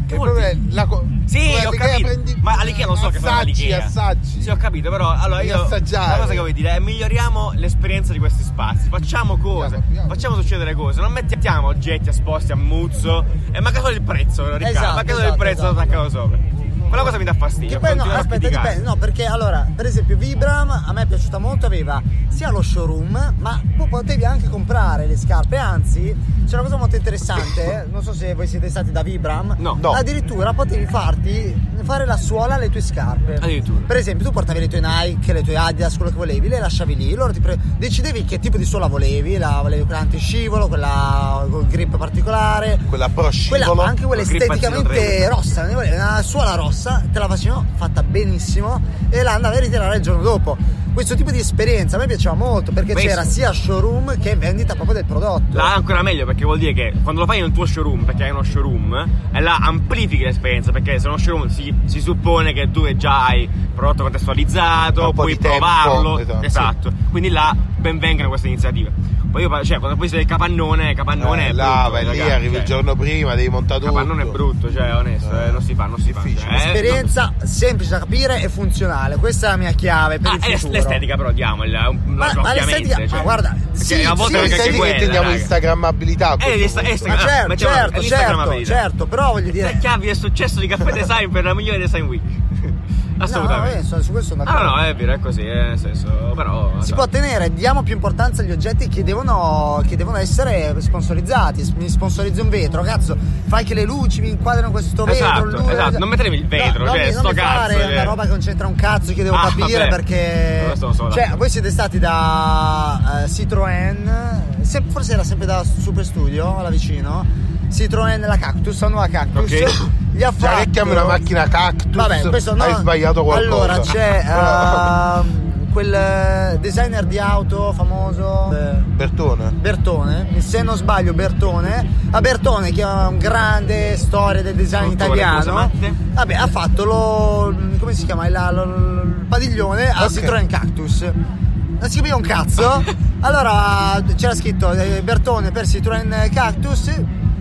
Speaker 2: Che
Speaker 4: Il
Speaker 2: vuol
Speaker 4: problema è la co-
Speaker 2: Sì,
Speaker 4: tu vai
Speaker 2: ho
Speaker 4: all'Ikea,
Speaker 2: capito.
Speaker 4: prendi-
Speaker 2: Ma all'IKEA lo so che fanno
Speaker 4: assaggi,
Speaker 2: all'IKEA.
Speaker 4: assaggi.
Speaker 2: Sì, ho capito, però allora
Speaker 4: Devi
Speaker 2: io
Speaker 4: assaggiare.
Speaker 2: la cosa che voglio dire è miglioriamo l'esperienza di questi spazi, facciamo cose,
Speaker 4: Abbiamo, abbiamo.
Speaker 2: facciamo succedere cose, non mettiamo oggetti esposti a muzzo e manca solo il prezzo, Riccardo,
Speaker 3: Esatto,
Speaker 2: manca solo
Speaker 3: esatto,
Speaker 2: il prezzo
Speaker 3: esatto.
Speaker 2: attaccato sopra. Quella cosa mi dà fastidio.
Speaker 3: Che poi no,
Speaker 2: continuano a
Speaker 3: aspetta,
Speaker 2: criticare.
Speaker 3: dipende. No, perché allora, per esempio, Vibram a me è piaciuta molto, aveva sia lo showroom, ma tu potevi anche comprare le scarpe. Anzi, c'è una cosa
Speaker 2: [LAUGHS]
Speaker 3: molto interessante. non so se voi siete stati da Vibram.
Speaker 2: No. No.
Speaker 3: Addirittura potevi farti fare la suola alle tue scarpe.
Speaker 2: Addirittura.
Speaker 3: Per esempio, tu portavi le tue Nike, le tue Adidas, quello che volevi, le lasciavi lì. Loro ti pre- decidevi che tipo di suola volevi. La volevi quella anti scivolo, quella con quel grip particolare.
Speaker 4: Quella pro
Speaker 3: Quella,
Speaker 4: scivolo.
Speaker 3: anche quella
Speaker 2: Col grip
Speaker 3: esteticamente
Speaker 2: pazzino
Speaker 3: rossa, una suola rossa, te la facevano fatta benissimo e la andavi a ritirare il giorno dopo. Questo tipo di esperienza a me piaceva molto perché
Speaker 2: Benissimo.
Speaker 3: c'era sia showroom che vendita proprio del prodotto.
Speaker 2: Là è ancora meglio perché vuol dire che quando lo fai nel tuo showroom, perché hai uno showroom, e là amplifichi l'esperienza, perché se è uno showroom si, si suppone che tu già hai prodotto
Speaker 4: Da
Speaker 2: contestualizzato,
Speaker 4: un po'
Speaker 2: puoi
Speaker 4: di tempo,
Speaker 2: provarlo.
Speaker 4: esatto.
Speaker 2: esatto. Quindi là benvengano queste iniziative. Poi io, cioè, quando poi sei il capannone, capannone
Speaker 4: Eh,
Speaker 2: è
Speaker 4: là,
Speaker 2: brutto,
Speaker 4: vai lì,
Speaker 2: ragazzi,
Speaker 4: arrivi
Speaker 2: cioè,
Speaker 4: il giorno prima, devi montare tutto.
Speaker 2: Capannone è brutto, cioè, onesto,
Speaker 4: Eh,
Speaker 2: eh, non si fa, non si fa.
Speaker 4: difficile.
Speaker 2: Cioè, eh,
Speaker 3: Esperienza semplice da capire e funzionale, questa è la mia chiave per
Speaker 2: Ah,
Speaker 3: il
Speaker 2: è
Speaker 3: futuro.
Speaker 2: l'estetica però diamola un-
Speaker 3: Ma-
Speaker 2: no,
Speaker 3: ma
Speaker 2: ovviamente,
Speaker 3: l'estetica-
Speaker 2: cioè.
Speaker 3: ma guarda,
Speaker 2: Perché
Speaker 3: sì,
Speaker 2: a
Speaker 3: sì,
Speaker 2: volte
Speaker 4: Sì,
Speaker 2: anche
Speaker 4: sai di che
Speaker 2: quella,
Speaker 4: intendiamo
Speaker 2: raga.
Speaker 4: Instagrammabilità a
Speaker 2: Eh,
Speaker 4: questo
Speaker 2: l'Insta-
Speaker 4: punto.
Speaker 3: Ma
Speaker 2: Instagram-
Speaker 3: certo,
Speaker 2: mettiamo-
Speaker 3: certo, certo,
Speaker 2: l'Instagramabilità.
Speaker 3: certo, però voglio
Speaker 2: Le
Speaker 3: dire...
Speaker 2: chiavi del successo di Caffè Design per la migliore Design
Speaker 4: [LAUGHS]
Speaker 2: Week.
Speaker 3: No,
Speaker 2: Assolutamente.
Speaker 3: eh, so- su questo sono
Speaker 2: Ah,
Speaker 3: d'accordo.
Speaker 2: no, è vero, è così, eh, nel senso, però...
Speaker 3: Si
Speaker 2: so.
Speaker 3: può tenere, diamo più importanza agli oggetti che devono, che devono essere sponsorizzati. S- Mi sponsorizzi un vetro, cazzo, fai che le luci mi inquadrano questo vetro.
Speaker 2: Esatto,
Speaker 3: lui-
Speaker 2: esatto, non mettermi il vetro,
Speaker 3: non
Speaker 2: cioè,
Speaker 3: mi- non
Speaker 2: sto
Speaker 3: mi fare
Speaker 2: cazzo,
Speaker 3: una
Speaker 2: cioè.
Speaker 3: roba che non c'entra un cazzo, che devo
Speaker 2: Ah,
Speaker 3: capire
Speaker 2: vabbè.
Speaker 3: perché.
Speaker 2: Questo non sono
Speaker 3: cioè,
Speaker 2: d'accordo.
Speaker 3: voi siete stati da eh, Citroën, se- forse era sempre da Super Studio, là vicino. Citroën la Cactus, la nuova Cactus.
Speaker 2: Ok.
Speaker 3: Gli ha
Speaker 4: Cioè,
Speaker 2: esatto.
Speaker 3: fatto-
Speaker 4: che chiami una macchina cactus?
Speaker 3: Vabbè, questo no.
Speaker 4: Hai sbagliato qualcosa.
Speaker 3: Allora
Speaker 4: [LAUGHS]
Speaker 3: c'è eh, ehm, quel eh, designer di auto famoso. eh,
Speaker 4: Bertone.
Speaker 3: Bertone, se non sbaglio Bertone, a Bertone che ha un grande storia del design
Speaker 2: Dottore, scusa,
Speaker 3: italiano,
Speaker 2: Matte.
Speaker 3: vabbè, ha fatto lo, come si chiama, il, lo- il padiglione a
Speaker 4: Ok.
Speaker 3: Citroen Cactus. Non si capiva un
Speaker 2: [LAUGHS]
Speaker 3: cazzo. Allora c'era scritto eh, Bertone per Citroen Cactus.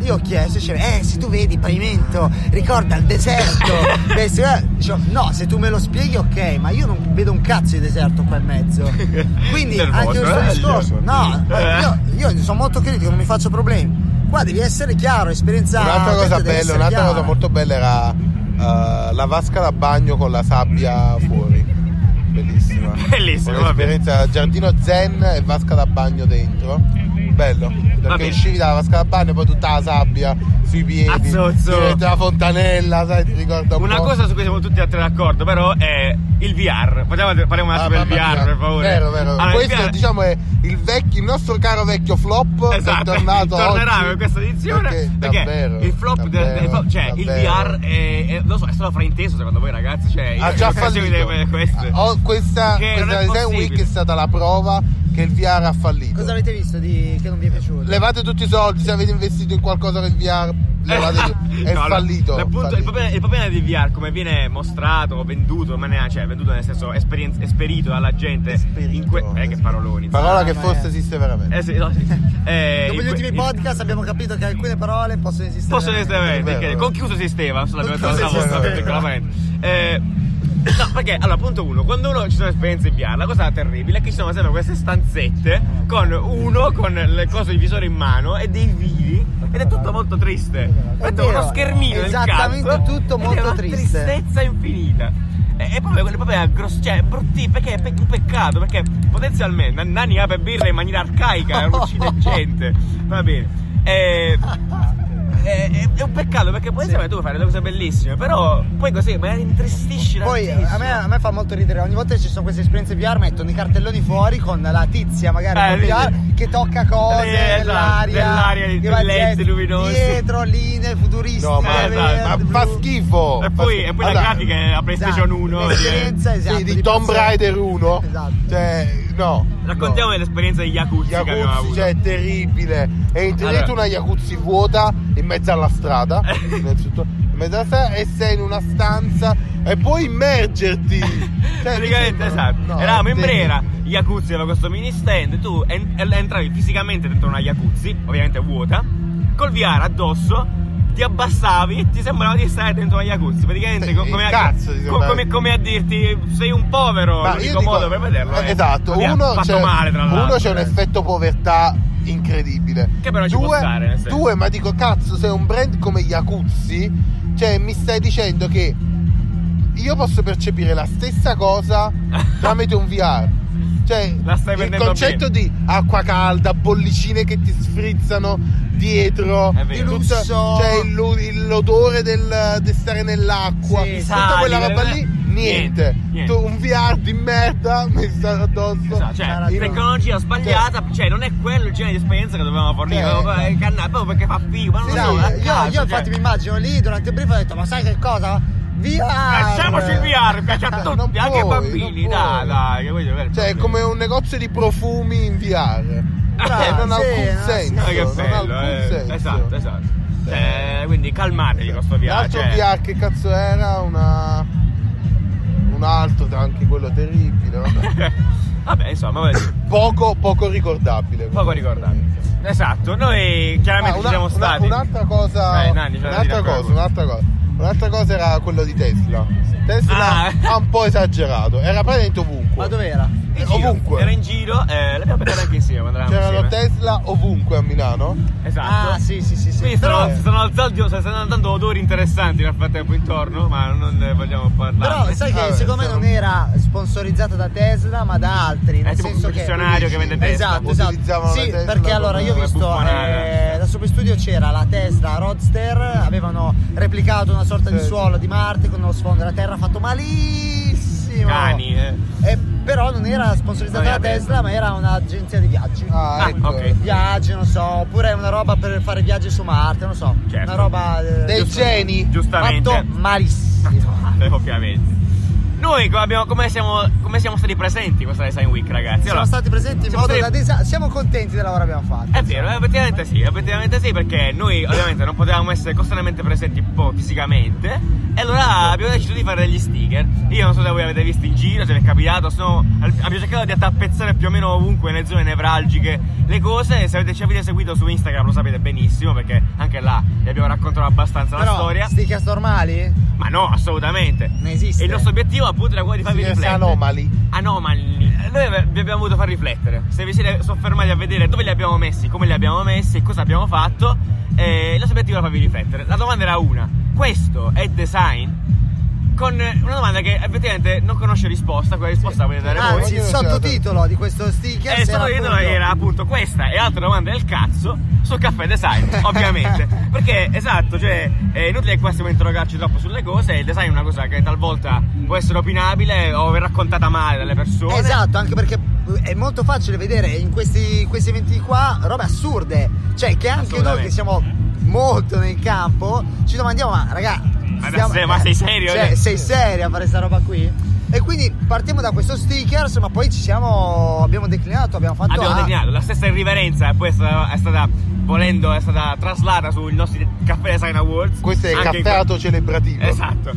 Speaker 3: Io ho chiesto, dicevo, eh, se tu vedi pavimento, ricorda il deserto.
Speaker 2: [LAUGHS]
Speaker 3: Beh, se- eh, dicevo, no, se tu me lo spieghi, ok, ma io non vedo un cazzo di deserto qua
Speaker 2: [LAUGHS]
Speaker 3: in mezzo. Quindi
Speaker 2: Nervoso,
Speaker 3: anche questo
Speaker 2: eh?
Speaker 3: discorso, no,
Speaker 2: Eh.
Speaker 3: io, io sono molto critico, non mi faccio problemi. Qua devi essere chiaro, esperienza.
Speaker 4: un'altra cosa
Speaker 3: deve
Speaker 4: bella,
Speaker 3: essere
Speaker 4: un'altra
Speaker 3: chiara.
Speaker 4: cosa molto bella era eh, la vasca da bagno con la sabbia fuori. Bellissima.
Speaker 2: Bellissimo,
Speaker 4: Un'esperienza giardino zen e vasca da bagno dentro. Bello. Perché
Speaker 2: Vabbè.
Speaker 4: uscivi dalla vasca da bagno e poi tutta la sabbia sui
Speaker 2: A
Speaker 4: piedi.
Speaker 2: zozzo.
Speaker 4: Diretta la fontanella, sai, ti ricorda un
Speaker 2: Una
Speaker 4: po'.
Speaker 2: cosa su cui siamo tutti e tre d'accordo, però, è il VR. Parliamo, parliamo un
Speaker 4: Ah,
Speaker 2: attimo del
Speaker 4: mamma
Speaker 2: VR,
Speaker 4: mia.
Speaker 2: per favore.
Speaker 4: Vero, vero.
Speaker 2: Allora, il
Speaker 4: Questo
Speaker 2: VR
Speaker 4: diciamo è il, vecchio, il nostro caro vecchio flop.
Speaker 2: Esatto,
Speaker 4: è
Speaker 2: [LAUGHS]
Speaker 4: tornato
Speaker 2: tornerà
Speaker 4: oggi.
Speaker 2: per questa edizione perché,
Speaker 4: davvero,
Speaker 2: il flop del-
Speaker 4: davvero,
Speaker 2: del flop- cioè
Speaker 4: davvero.
Speaker 2: il VR è, è- non so, è stato frainteso secondo voi ragazzi, cioè
Speaker 4: ha già fallito. Ah,
Speaker 2: queste.
Speaker 4: Ho questa,
Speaker 2: Che non
Speaker 4: questa
Speaker 2: è
Speaker 4: design
Speaker 2: possibile.
Speaker 4: week è stata la prova che il VR ha fallito.
Speaker 3: Cosa avete visto di, che non vi è piaciuto?
Speaker 4: Levate tutti i soldi se avete investito in qualcosa del VR. Levate tutti. È
Speaker 2: [LAUGHS] No, allora,
Speaker 4: fallito.
Speaker 2: l'appunto-
Speaker 4: fallito.
Speaker 2: Il, problema, il problema di VR come viene mostrato, venduto, ma ne- cioè venduto nel senso esperien- esperito dalla gente.
Speaker 4: Esperito.
Speaker 2: in que- eh, che paroloni.
Speaker 4: Parola che
Speaker 3: ma
Speaker 4: forse
Speaker 3: è-
Speaker 4: esiste veramente.
Speaker 2: Eh, sì, no,
Speaker 4: [LAUGHS]
Speaker 2: sì. Eh,
Speaker 3: Dopo
Speaker 2: in
Speaker 3: gli
Speaker 2: que-
Speaker 3: ultimi
Speaker 2: in-
Speaker 3: podcast abbiamo capito che alcune parole possono esistere.
Speaker 2: Possono essere
Speaker 4: vero,
Speaker 2: perché
Speaker 4: vero.
Speaker 2: conchiuso esisteva, non so, l'abbiamo
Speaker 3: Conchiuso
Speaker 2: trovata volta,
Speaker 3: esisteva.
Speaker 2: piccolamente. Eh, no, perché allora, punto uno, quando uno ci sono esperienze in VR, la cosa terribile è che ci sono sempre queste stanzette con uno con le cose di visore in mano e dei vili ed è tutto molto triste. Metto uno
Speaker 3: vero,
Speaker 2: schermino del
Speaker 3: esattamente
Speaker 2: cazzo,
Speaker 3: tutto
Speaker 2: ed è
Speaker 3: molto
Speaker 2: una
Speaker 3: triste.
Speaker 2: tristezza infinita. E e proprio quello proprio è grosso, cioè è brutti, perché è pe- un peccato, perché potenzialmente Nani apre birra in maniera arcaica,
Speaker 3: [LAUGHS]
Speaker 2: uccide gente. Va bene. Eh, è, Eh, è- è un peccato perché potenzialmente tu puoi fare delle cose bellissime, però poi così magari intristisci la
Speaker 3: Poi a me, a me fa molto ridere, ogni volta che ci sono queste esperienze VR mettono i cartelloni fuori con la tizia magari
Speaker 2: Eh,
Speaker 3: con VR che tocca cose
Speaker 2: Eh, esatto,
Speaker 3: nell'aria,
Speaker 2: nell'aria,
Speaker 3: che
Speaker 2: le
Speaker 3: va
Speaker 2: lenti
Speaker 3: dietro-
Speaker 2: luminose.
Speaker 3: dietro, linee futuristiche.
Speaker 4: No, ma,
Speaker 2: Eh, esatto.
Speaker 3: verde,
Speaker 4: ma fa
Speaker 3: blu.
Speaker 4: schifo.
Speaker 2: E
Speaker 4: Fa
Speaker 2: poi,
Speaker 4: schifo.
Speaker 2: e poi la
Speaker 4: eh, oh, Allora,
Speaker 2: grafica è la PlayStation 1.
Speaker 3: L'esperienza,
Speaker 4: eh. sì,
Speaker 3: esatto,
Speaker 4: di Tomb
Speaker 3: pazzia-
Speaker 4: Raider 1.
Speaker 3: Esatto.
Speaker 4: Cioè, no.
Speaker 2: eh. Raccontiamo
Speaker 4: no.
Speaker 2: l'esperienza degli Yakuza che abbiamo
Speaker 4: Jacuzzi,
Speaker 2: avuto.
Speaker 4: cioè è terribile. Entri
Speaker 2: Allora.
Speaker 4: dentro una jacuzzi vuota in mezzo alla
Speaker 2: [LAUGHS]
Speaker 4: strada, innanzitutto, in mezzo alla strada e sei in una stanza e puoi
Speaker 2: [LAUGHS]
Speaker 4: immergerti. Cioè, mi
Speaker 2: Praticamente
Speaker 4: sembra-
Speaker 2: esatto.
Speaker 4: no,
Speaker 2: Eravamo in
Speaker 4: devi-
Speaker 2: Brera, gli Jacuzzi aveva questo mini stand, tu en- entravi fisicamente dentro una Jacuzzi, ovviamente vuota, col VR addosso. Ti abbassavi e ti sembrava di stare dentro una jacuzzi. Praticamente,
Speaker 4: Sì,
Speaker 2: co- come, a,
Speaker 4: cazzo,
Speaker 2: co-
Speaker 4: ti sembrava.
Speaker 2: come, come a dirti: Sei un povero.
Speaker 4: Ma io
Speaker 2: L'unico
Speaker 4: dico-
Speaker 2: modo per vederlo è.
Speaker 4: Esatto,
Speaker 2: Oddio,
Speaker 4: uno
Speaker 2: fatto
Speaker 4: c'è,
Speaker 2: male, tra l'altro.
Speaker 4: uno c'è un
Speaker 2: eh.
Speaker 4: effetto povertà incredibile.
Speaker 2: Che però ci
Speaker 4: due,
Speaker 2: può stare, nel senso.
Speaker 4: due, ma dico cazzo, sei un brand come Jacuzzi, cioè mi stai dicendo che io posso percepire la
Speaker 2: [LAUGHS]
Speaker 4: stessa cosa tramite un VR. Cioè,
Speaker 2: La stai
Speaker 4: il
Speaker 2: vendendo
Speaker 4: concetto di acqua calda, bollicine che ti sfrizzano dietro,
Speaker 2: È vero.
Speaker 4: tutto-
Speaker 3: Di lusso.
Speaker 4: cioè il lu- l'odore del, di stare nell'acqua,
Speaker 2: Sì,
Speaker 4: tutta
Speaker 2: sali,
Speaker 4: quella roba
Speaker 2: eh,
Speaker 4: lì. niente.
Speaker 2: Niente.
Speaker 4: Tu- un VR di merda mi sta addosso.
Speaker 2: Esatto, cioè,
Speaker 3: ragione.
Speaker 2: tecnologia sbagliata, cioè non è quello il genere di esperienza che dovevamo fornire,
Speaker 4: Cioè,
Speaker 2: Proprio il canna- proprio perché fa figo, ma non
Speaker 3: Sì,
Speaker 2: lo so,
Speaker 3: no,
Speaker 2: a
Speaker 3: io,
Speaker 2: caso,
Speaker 3: io
Speaker 2: eh,
Speaker 3: infatti mi
Speaker 2: cioè.
Speaker 3: immagino lì durante il brief ho detto ma sai che cosa? Via!
Speaker 2: Lasciamoci il VR, piace a
Speaker 4: Eh,
Speaker 2: tutti,
Speaker 4: non
Speaker 2: anche
Speaker 4: puoi,
Speaker 2: ai
Speaker 4: non
Speaker 2: bambini, dai,
Speaker 4: puoi.
Speaker 2: dai, che voglio vedere.
Speaker 4: Cioè, è come un negozio di profumi in VR. Cioè, non ha
Speaker 3: sì,
Speaker 4: alcun
Speaker 3: no,
Speaker 4: senso.
Speaker 2: Ah, che
Speaker 4: non ha
Speaker 2: bello,
Speaker 4: alcun
Speaker 2: eh.
Speaker 4: senso. Eh.
Speaker 2: esatto, esatto. Cioè, quindi calmatevi con sto cioè. viaggio. eh.
Speaker 4: L'altro VR che cazzo era? Una. Un altro, anche quello
Speaker 2: [LAUGHS]
Speaker 4: terribile. vabbè.
Speaker 2: Vabbè, insomma, voglio dire,
Speaker 4: Poco, poco ricordabile.
Speaker 2: poco ricordabile. Esatto, noi chiaramente
Speaker 4: Ah,
Speaker 2: ci siamo
Speaker 4: una-
Speaker 2: stati. Eh,
Speaker 4: un'altra cosa,
Speaker 2: Dai, Nanni, ce la
Speaker 4: un'altra
Speaker 2: racconti.
Speaker 4: cosa, un'altra cosa. Un'altra cosa era quello di Tesla. Tesla
Speaker 2: Ah.
Speaker 4: ha un po' esagerato, era praticamente ovunque.
Speaker 3: Ma dov'era?
Speaker 2: In
Speaker 4: Eh,
Speaker 2: giro.
Speaker 4: ovunque.
Speaker 2: Era in giro, eh, l'abbiamo beccato anche insieme quando eravamo
Speaker 4: C'erano
Speaker 2: insieme.
Speaker 4: Tesla ovunque a Milano.
Speaker 2: Esatto.
Speaker 3: Ah sì sì sì sì.
Speaker 2: Quindi
Speaker 3: Però-
Speaker 2: stanno, stanno alzando, cioè, stanno alzando odori interessanti nel frattempo intorno, ma non ne vogliamo
Speaker 3: Però
Speaker 2: parlare.
Speaker 3: sai che
Speaker 4: Vabbè,
Speaker 3: secondo me
Speaker 4: sono-
Speaker 3: non era sponsorizzata da Tesla ma da altri. Nel
Speaker 2: Eh, tipo un
Speaker 3: senso che
Speaker 2: concessionario che vende Tesla.
Speaker 3: Esatto, esatto.
Speaker 4: Utilizzavano
Speaker 3: Sì,
Speaker 4: la Tesla
Speaker 3: perché allora io ho
Speaker 4: come
Speaker 3: visto
Speaker 2: buffonara.
Speaker 3: eh, da Super Studio c'era la Tesla Roadster, avevano replicato una sorta di
Speaker 4: Sì.
Speaker 3: suolo di Marte con uno sfondo della Terra fatto malissimo.
Speaker 2: Cani, eh.
Speaker 3: E però non era sponsorizzata
Speaker 2: Non
Speaker 3: da
Speaker 2: era Tesla.
Speaker 3: Tesla, ma era un'agenzia di viaggi.
Speaker 4: Ah,
Speaker 2: Ah,
Speaker 4: ecco.
Speaker 2: ok.
Speaker 3: Viaggi, non so, oppure una roba per fare viaggi su Marte, non so.
Speaker 2: Certo.
Speaker 3: Una roba eh,
Speaker 4: Dei geni.
Speaker 2: Giustamente.
Speaker 3: fatto malissimo.
Speaker 2: Eh, ovviamente. Noi come, abbiamo- come siamo, come siamo stati presenti questa Design Week, ragazzi?
Speaker 3: Siamo
Speaker 2: Allora,
Speaker 3: stati presenti in
Speaker 2: siamo
Speaker 3: modo da
Speaker 2: stati-
Speaker 3: desa- Siamo contenti del lavoro che abbiamo fatto.
Speaker 2: È vero, eh, effettivamente sì, effettivamente sì, perché noi ovviamente non potevamo essere costantemente presenti un po' fisicamente e allora abbiamo deciso di fare degli sticker. Io non so se voi avete visto in giro, se vi è capitato, sono- abbiamo cercato di attappezzare più o meno ovunque nelle zone nevralgiche le cose e se avete, ci avete seguito su Instagram lo sapete benissimo perché anche là vi abbiamo raccontato abbastanza
Speaker 3: Però,
Speaker 2: la storia.
Speaker 3: stickers normali?
Speaker 2: Ma no, assolutamente.
Speaker 3: Non esiste.
Speaker 2: E il nostro obiettivo appunto era quello di farvi
Speaker 4: Sì,
Speaker 2: riflettere.
Speaker 4: anomali.
Speaker 2: Anomali. Eh, Noi ave- vi abbiamo voluto far riflettere. Se vi siete soffermati a vedere dove li abbiamo messi, come li abbiamo messi, cosa abbiamo fatto, eh, il nostro obiettivo era farvi riflettere. La domanda era una: questo è design? Con una domanda che effettivamente non conosce risposta, quella risposta la potete dare voi.
Speaker 3: Anzi, Eh, il
Speaker 4: Ognuno ce l'ha
Speaker 3: sottotitolo di questo sticker
Speaker 2: E solo io
Speaker 3: Ah, appunto-
Speaker 2: era appunto questa e altre domande del cazzo sul caffè
Speaker 3: [LAUGHS]
Speaker 2: design, ovviamente. Perché esatto, cioè è inutile che qua stiamo a interrogarci troppo sulle cose, il design è una cosa che talvolta può essere opinabile o raccontata male dalle persone.
Speaker 3: Esatto, anche perché è molto facile vedere in questi, questi eventi qua robe assurde. Cioè, che anche noi
Speaker 2: Assolutamente.
Speaker 3: che siamo molto nel campo ci domandiamo, ma raga,
Speaker 2: Ma se- ma sei serio?
Speaker 3: Cioè,
Speaker 2: Eh?
Speaker 3: sei serio a fare sta roba qui? E quindi partiamo da questo sticker, ma poi ci siamo. Abbiamo declinato, abbiamo fatto.
Speaker 2: Abbiamo
Speaker 3: a-
Speaker 2: declinato la stessa irriverenza e poi è stata, è stata volendo è stata traslata sui nostri caffè design awards.
Speaker 4: Questo è il
Speaker 2: Anche in
Speaker 4: caffè autocelebrativo.
Speaker 2: Esatto.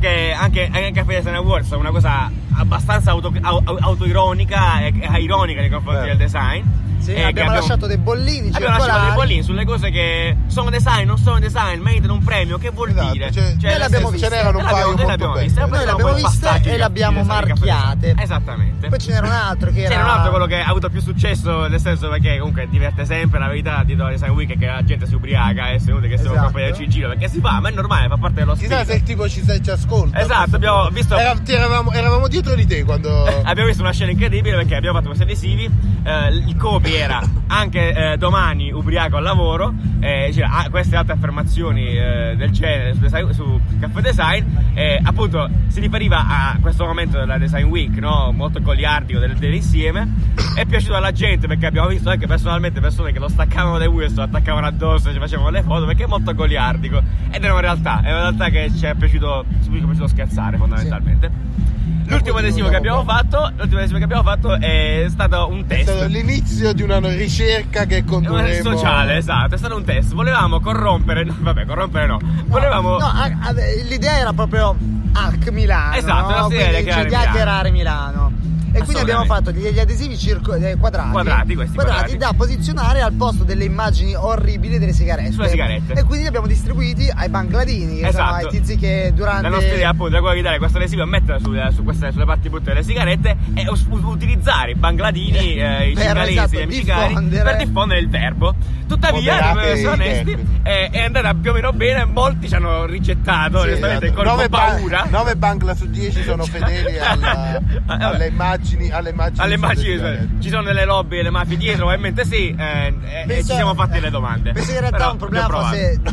Speaker 2: Che anche, anche il Caffè Design Awards è una cosa abbastanza auto- au- au- autoironica e e ironica nei confronti
Speaker 4: Vero.
Speaker 2: del design.
Speaker 3: Sì,
Speaker 2: Eh, che
Speaker 3: abbiamo, lasciato dei bollini
Speaker 2: Abbiamo
Speaker 3: circolari.
Speaker 2: lasciato dei bollini sulle cose che sono design, non sono design, meritano un premio, che vuol
Speaker 4: Esatto,
Speaker 2: dire?
Speaker 4: cioè, noi
Speaker 2: nel
Speaker 4: le
Speaker 3: abbiamo
Speaker 2: senso,
Speaker 3: viste.
Speaker 2: ce
Speaker 4: n'erano un
Speaker 2: noi le
Speaker 4: paio
Speaker 2: abbiamo- noi
Speaker 4: molto
Speaker 2: le abbiamo
Speaker 4: belle.
Speaker 2: viste,
Speaker 3: Noi
Speaker 2: poi
Speaker 3: le
Speaker 2: abbiamo
Speaker 3: abbiamo
Speaker 2: poi
Speaker 3: viste
Speaker 2: passaggi
Speaker 3: e le
Speaker 2: di
Speaker 3: abbiamo
Speaker 2: Caffè Design.
Speaker 3: marchiate.
Speaker 2: Esattamente.
Speaker 3: Poi ce n'era un altro che era.
Speaker 2: C'era un altro quello che ha avuto più successo, nel senso perché comunque diverte sempre la verità di Doris Design Week è che la gente si ubriaca e se inutile che siamo
Speaker 3: Esatto.
Speaker 2: troppo in giro perché si fa, ma è normale, fa parte dello
Speaker 4: Chissà
Speaker 2: spirito.
Speaker 4: se il tipo ci, sei- ci ascolta.
Speaker 2: Esatto, abbiamo visto-
Speaker 4: Era- ti eravamo, eravamo dietro di
Speaker 2: [LAUGHS]
Speaker 4: te quando.
Speaker 2: Abbiamo visto una scena incredibile perché abbiamo fatto questi adesivi. eh, il Kobe era anche eh, domani ubriaco al lavoro. eh, c'era, ah, queste altre affermazioni eh, del genere su, design- su Caffè Design. eh, appunto, si riferiva a questo momento della Design Week, no? molto goliardico del, dell'insieme. È piaciuto alla gente perché abbiamo visto anche personalmente persone che lo staccavano da Wilson, lo attaccavano addosso, ci facevano le foto perché è molto goliardico. Ed è una realtà, è una realtà che ci è piaciuto, su cui ci è piaciuto scherzare fondamentalmente. L'ultimo adesivo che abbiamo fatto, l'ultimo adesivo che abbiamo fatto è stato un
Speaker 4: È stato
Speaker 2: test.
Speaker 4: l'inizio di una ricerca che
Speaker 2: È un
Speaker 4: condurremo.
Speaker 2: test sociale, esatto, è stato un test. Volevamo corrompere, no, vabbè, corrompere no. Volevamo
Speaker 3: No, a- a- l'idea era proprio AC Milano.
Speaker 2: Esatto, la
Speaker 3: no?
Speaker 2: sede
Speaker 3: Quindi,
Speaker 2: che
Speaker 3: cioè,
Speaker 2: era
Speaker 3: di
Speaker 2: Milano.
Speaker 3: hackerare Milano. E quindi abbiamo
Speaker 2: Assolutamente.
Speaker 3: fatto degli adesivi circo- eh, quadrati,
Speaker 2: Quadrati, questi
Speaker 3: quadrati
Speaker 2: quadrati.
Speaker 3: da posizionare al posto delle immagini orribili delle sigarette.
Speaker 2: Sulle sigarette.
Speaker 3: E quindi li abbiamo distribuiti ai bangladini, che sono
Speaker 2: Esatto.
Speaker 3: ai tizi che durante.
Speaker 2: la nostra idea appunto era quella di dare questo adesivo e metterla sulle, su queste- sulle parti brutte delle sigarette e us- utilizzare i bangladini, eh, i
Speaker 3: Per,
Speaker 2: cingalesi,
Speaker 3: esatto,
Speaker 2: gli amici cari,
Speaker 3: diffondere.
Speaker 2: per diffondere il verbo. Tuttavia,
Speaker 4: Moderate
Speaker 2: per essere
Speaker 4: i
Speaker 2: onesti,
Speaker 4: verbi.
Speaker 2: eh, è andata più o meno bene, molti ci hanno
Speaker 3: esatto.
Speaker 2: rigettato, onestamente, con, con
Speaker 4: esatto. Nove ba-
Speaker 2: paura. Cioè, [LAUGHS] eh,
Speaker 4: nove Bangla su 10 sono fedeli alla-
Speaker 2: Vabbè.
Speaker 4: alle immagini alle immagini
Speaker 2: Alle immagini,
Speaker 4: del
Speaker 2: cioè,
Speaker 4: pianeta.
Speaker 2: ci sono delle lobby e le mafie dietro, probabilmente sì, eh, e- e,
Speaker 3: Penso-
Speaker 2: ci siamo fatti le domande.
Speaker 3: Penso che in
Speaker 2: Però
Speaker 3: realtà è un problema
Speaker 2: le ho provate.
Speaker 3: forse di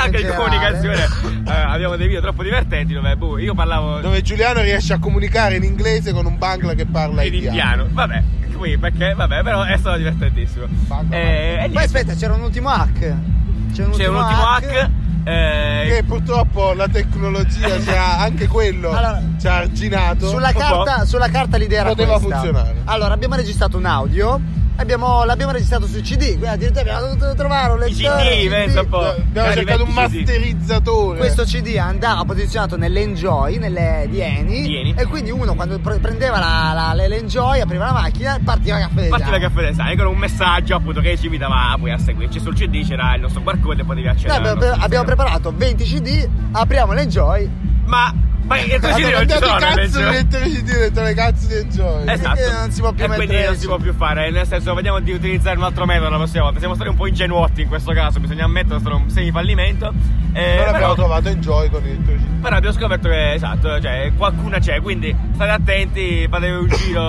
Speaker 2: [LAUGHS] Anche
Speaker 3: in
Speaker 2: in
Speaker 3: generale.
Speaker 2: comunicazione eh, abbiamo dei video troppo divertenti dove boh, io parlavo
Speaker 4: dove Giuliano riesce a comunicare in inglese con un bangla che parla
Speaker 2: in indiano. Vabbè, qui perché, vabbè, però è stato divertentissimo.
Speaker 4: Banda,
Speaker 2: Eh, e
Speaker 3: Poi
Speaker 2: niente,
Speaker 3: aspetta, c'era un ultimo hack. C'è un
Speaker 2: c'è un ultimo hack. eh,
Speaker 4: Che purtroppo la tecnologia ci ha anche quello
Speaker 3: Allora,
Speaker 4: ci ha arginato.
Speaker 3: Sulla
Speaker 2: Esatto. Un po'.
Speaker 3: carta, sulla carta l'idea era
Speaker 4: Poteva
Speaker 3: questa.
Speaker 4: funzionare.
Speaker 3: Allora, abbiamo registrato un audio, abbiamo- l'abbiamo registrato su CD, quindi addirittura abbiamo dovuto trovare un
Speaker 2: I
Speaker 3: lettore.
Speaker 2: CD,
Speaker 3: CD.
Speaker 2: pensa un po'.
Speaker 4: Abbiamo
Speaker 2: Dai,
Speaker 4: cercato un
Speaker 2: metti così.
Speaker 4: masterizzatore.
Speaker 3: Questo CD andava posizionato nell'enjoy, nelle Dieni,
Speaker 2: Dieni.
Speaker 3: e quindi uno quando pre- prendeva la, la, le- l'enjoy, apriva la macchina e partiva caffè del
Speaker 2: Partiva il
Speaker 3: Giano.
Speaker 2: caffè del Sani con un messaggio appunto che ci invitava poi a seguirci sul CD c'era il nostro barcode e potevi
Speaker 3: Noi
Speaker 2: accedere. al
Speaker 3: abbiamo,
Speaker 2: nostro
Speaker 3: abbiamo
Speaker 2: Instagram.
Speaker 3: preparato 20 CD, apriamo l'enjoy.
Speaker 2: Ma ma il tuo
Speaker 4: Hanno
Speaker 2: CD non ci
Speaker 4: mandato
Speaker 2: sono
Speaker 4: i cazzo
Speaker 2: invece.
Speaker 4: di lettere di dentro le cazzo di enjoy.
Speaker 2: Esatto.
Speaker 3: Perché non si può più
Speaker 2: e
Speaker 3: mettere
Speaker 2: quindi non
Speaker 3: su-
Speaker 2: si può più fare, nel senso vediamo di utilizzare un altro metodo la prossima volta. Siamo stati un po' ingenuotti in questo caso, bisogna ammettere, è stato un semifallimento. Eh,
Speaker 4: Noi abbiamo
Speaker 2: però,
Speaker 4: trovato enjoy con il tuo CD.
Speaker 2: però abbiamo scoperto che esatto, cioè qualcuna c'è, quindi state attenti, fate un giro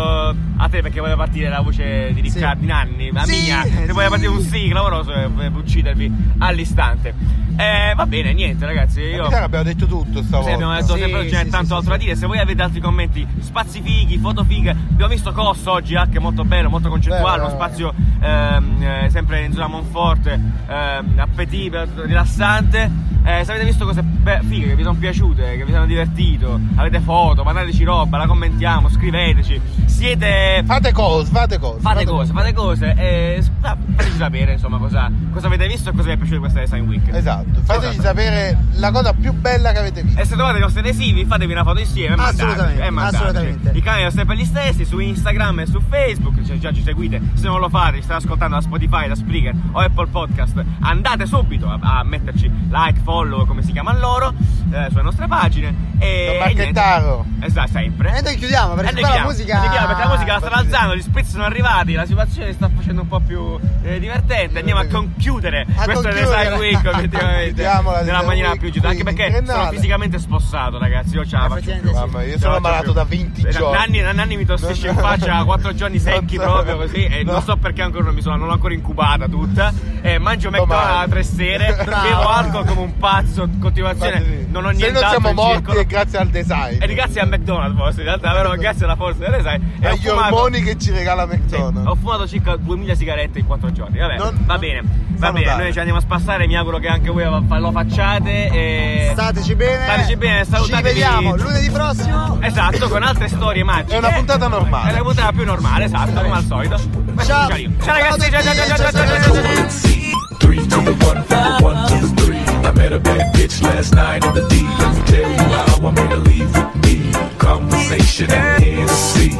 Speaker 2: a te perché poteva partire la voce di Riccardo, di Nanni, la
Speaker 3: Sì,
Speaker 2: mia,
Speaker 3: sì.
Speaker 2: se poteva partire un sì clamoroso e poteva uccidervi all'istante. Eh, va bene, niente ragazzi,
Speaker 4: Io...
Speaker 2: io...
Speaker 4: abbiamo detto tutto
Speaker 2: Sì,
Speaker 4: stavolta.
Speaker 2: abbiamo detto
Speaker 3: Sì,
Speaker 2: sempre c'è
Speaker 3: sì,
Speaker 2: tanto
Speaker 3: sì,
Speaker 2: altro da dire. Se voi avete altri commenti, spazi fighi, foto fighe. Abbiamo visto Cosso oggi anche molto bello, molto concettuale.
Speaker 3: eh.
Speaker 4: Bello.
Speaker 2: uno spazio ehm, eh, sempre in zona Monforte, ehm, appetibile, rilassante. Eh, se avete visto cose be- fighe che vi sono piaciute, che vi sono divertito, avete foto, mandateci roba, la commentiamo, scriveteci. Siete
Speaker 4: Fate cose, fate cose.
Speaker 2: Fate cose, fate cose e eh, s- fa- fateci sapere insomma cosa, cosa avete visto e cosa vi è piaciuto di questa Design Week.
Speaker 4: Esatto, fateci
Speaker 2: Esatto.
Speaker 4: sapere la cosa più bella che avete visto.
Speaker 2: E se trovate i nostri adesivi, fatevi una foto insieme. e mandateci,
Speaker 3: Assolutamente,
Speaker 2: e mandateci.
Speaker 3: assolutamente.
Speaker 2: I canali sono sempre gli stessi su Instagram e su Facebook. cioè già ci seguite. Se non lo fate, ci state ascoltando da Spotify, da Spreaker o Apple Podcast. Andate subito a, a metterci like, follow, come si chiama loro, eh, sulle nostre pagine. E,
Speaker 4: Don
Speaker 2: e niente.
Speaker 4: Marchettaro.
Speaker 2: Esatto, sempre.
Speaker 3: E noi chiudiamo perché
Speaker 2: E noi
Speaker 3: qua la
Speaker 2: chiudiamo,
Speaker 3: musica.
Speaker 2: noi chiudiamo, perché la musica la stanno alzando, gli spritz sono arrivati, la situazione si sta facendo un po' più eh, divertente. Andiamo a concludere
Speaker 3: A
Speaker 2: questo
Speaker 3: concludere.
Speaker 2: Design
Speaker 3: [LAUGHS]
Speaker 2: Week, obiettivamente.
Speaker 4: Chiudiamo la
Speaker 2: nella
Speaker 4: Design
Speaker 2: maniera
Speaker 4: Week
Speaker 2: più giusta, anche
Speaker 4: qui, in
Speaker 2: perché sono
Speaker 4: triennale.
Speaker 2: fisicamente spossato, ragazzi. Io ce la faccio più.
Speaker 3: Effettivamente sì.
Speaker 4: Mamma, io
Speaker 2: Ce la
Speaker 4: sono
Speaker 2: faccio
Speaker 4: ammalato
Speaker 2: più.
Speaker 4: da 20
Speaker 2: Eh,
Speaker 4: giorni.
Speaker 2: Nanni, Nanni mi tossisce in
Speaker 4: No.
Speaker 2: faccia 4 giorni secchi
Speaker 4: Non so.
Speaker 2: proprio così e
Speaker 4: No.
Speaker 2: non so perché ancora non mi sono, non l'ho ancora incubata tutta. Eh, mangio
Speaker 4: Domani.
Speaker 2: McDonald's tre sere,
Speaker 4: [LAUGHS]
Speaker 3: Bravo.
Speaker 2: bevo alcol come un pazzo, in
Speaker 4: Fate
Speaker 2: continuazione,
Speaker 4: sì.
Speaker 2: non ho
Speaker 4: Se
Speaker 2: niente
Speaker 4: non siamo morti è
Speaker 2: e
Speaker 4: grazie al design.
Speaker 2: Eh, grazie a McDonald's forse in realtà, però grazie alla forza delle sai. e ho
Speaker 4: agli
Speaker 2: fumato-
Speaker 4: ormoni che ci regala
Speaker 2: sì, ho
Speaker 4: McDonald's.
Speaker 2: fumato circa 2000 sigarette in 4 giorni. Vabbè,
Speaker 4: Non-
Speaker 2: va
Speaker 4: non-
Speaker 2: bene, va
Speaker 4: fanno
Speaker 2: bene.
Speaker 4: male.
Speaker 2: Noi ci andiamo a spassare. Mi auguro che anche voi lo facciate. E...
Speaker 3: Stateci bene.
Speaker 2: Stateci bene,
Speaker 3: Ci
Speaker 2: salutatevi.
Speaker 3: vediamo lunedì prossimo.
Speaker 2: Esatto, con altre storie magiche.
Speaker 4: È una puntata normale.
Speaker 2: È una puntata più normale, esatto, come al solito.
Speaker 3: Ciao.
Speaker 2: Ciao ragazzi, ciao ciao ciao ciao ciao ciao ciao. ciao.
Speaker 1: Three to the one, from the one to the three. I met a bad bitch last night in the D. Let me tell you how I made her leave with me. Conversation and Hennessy.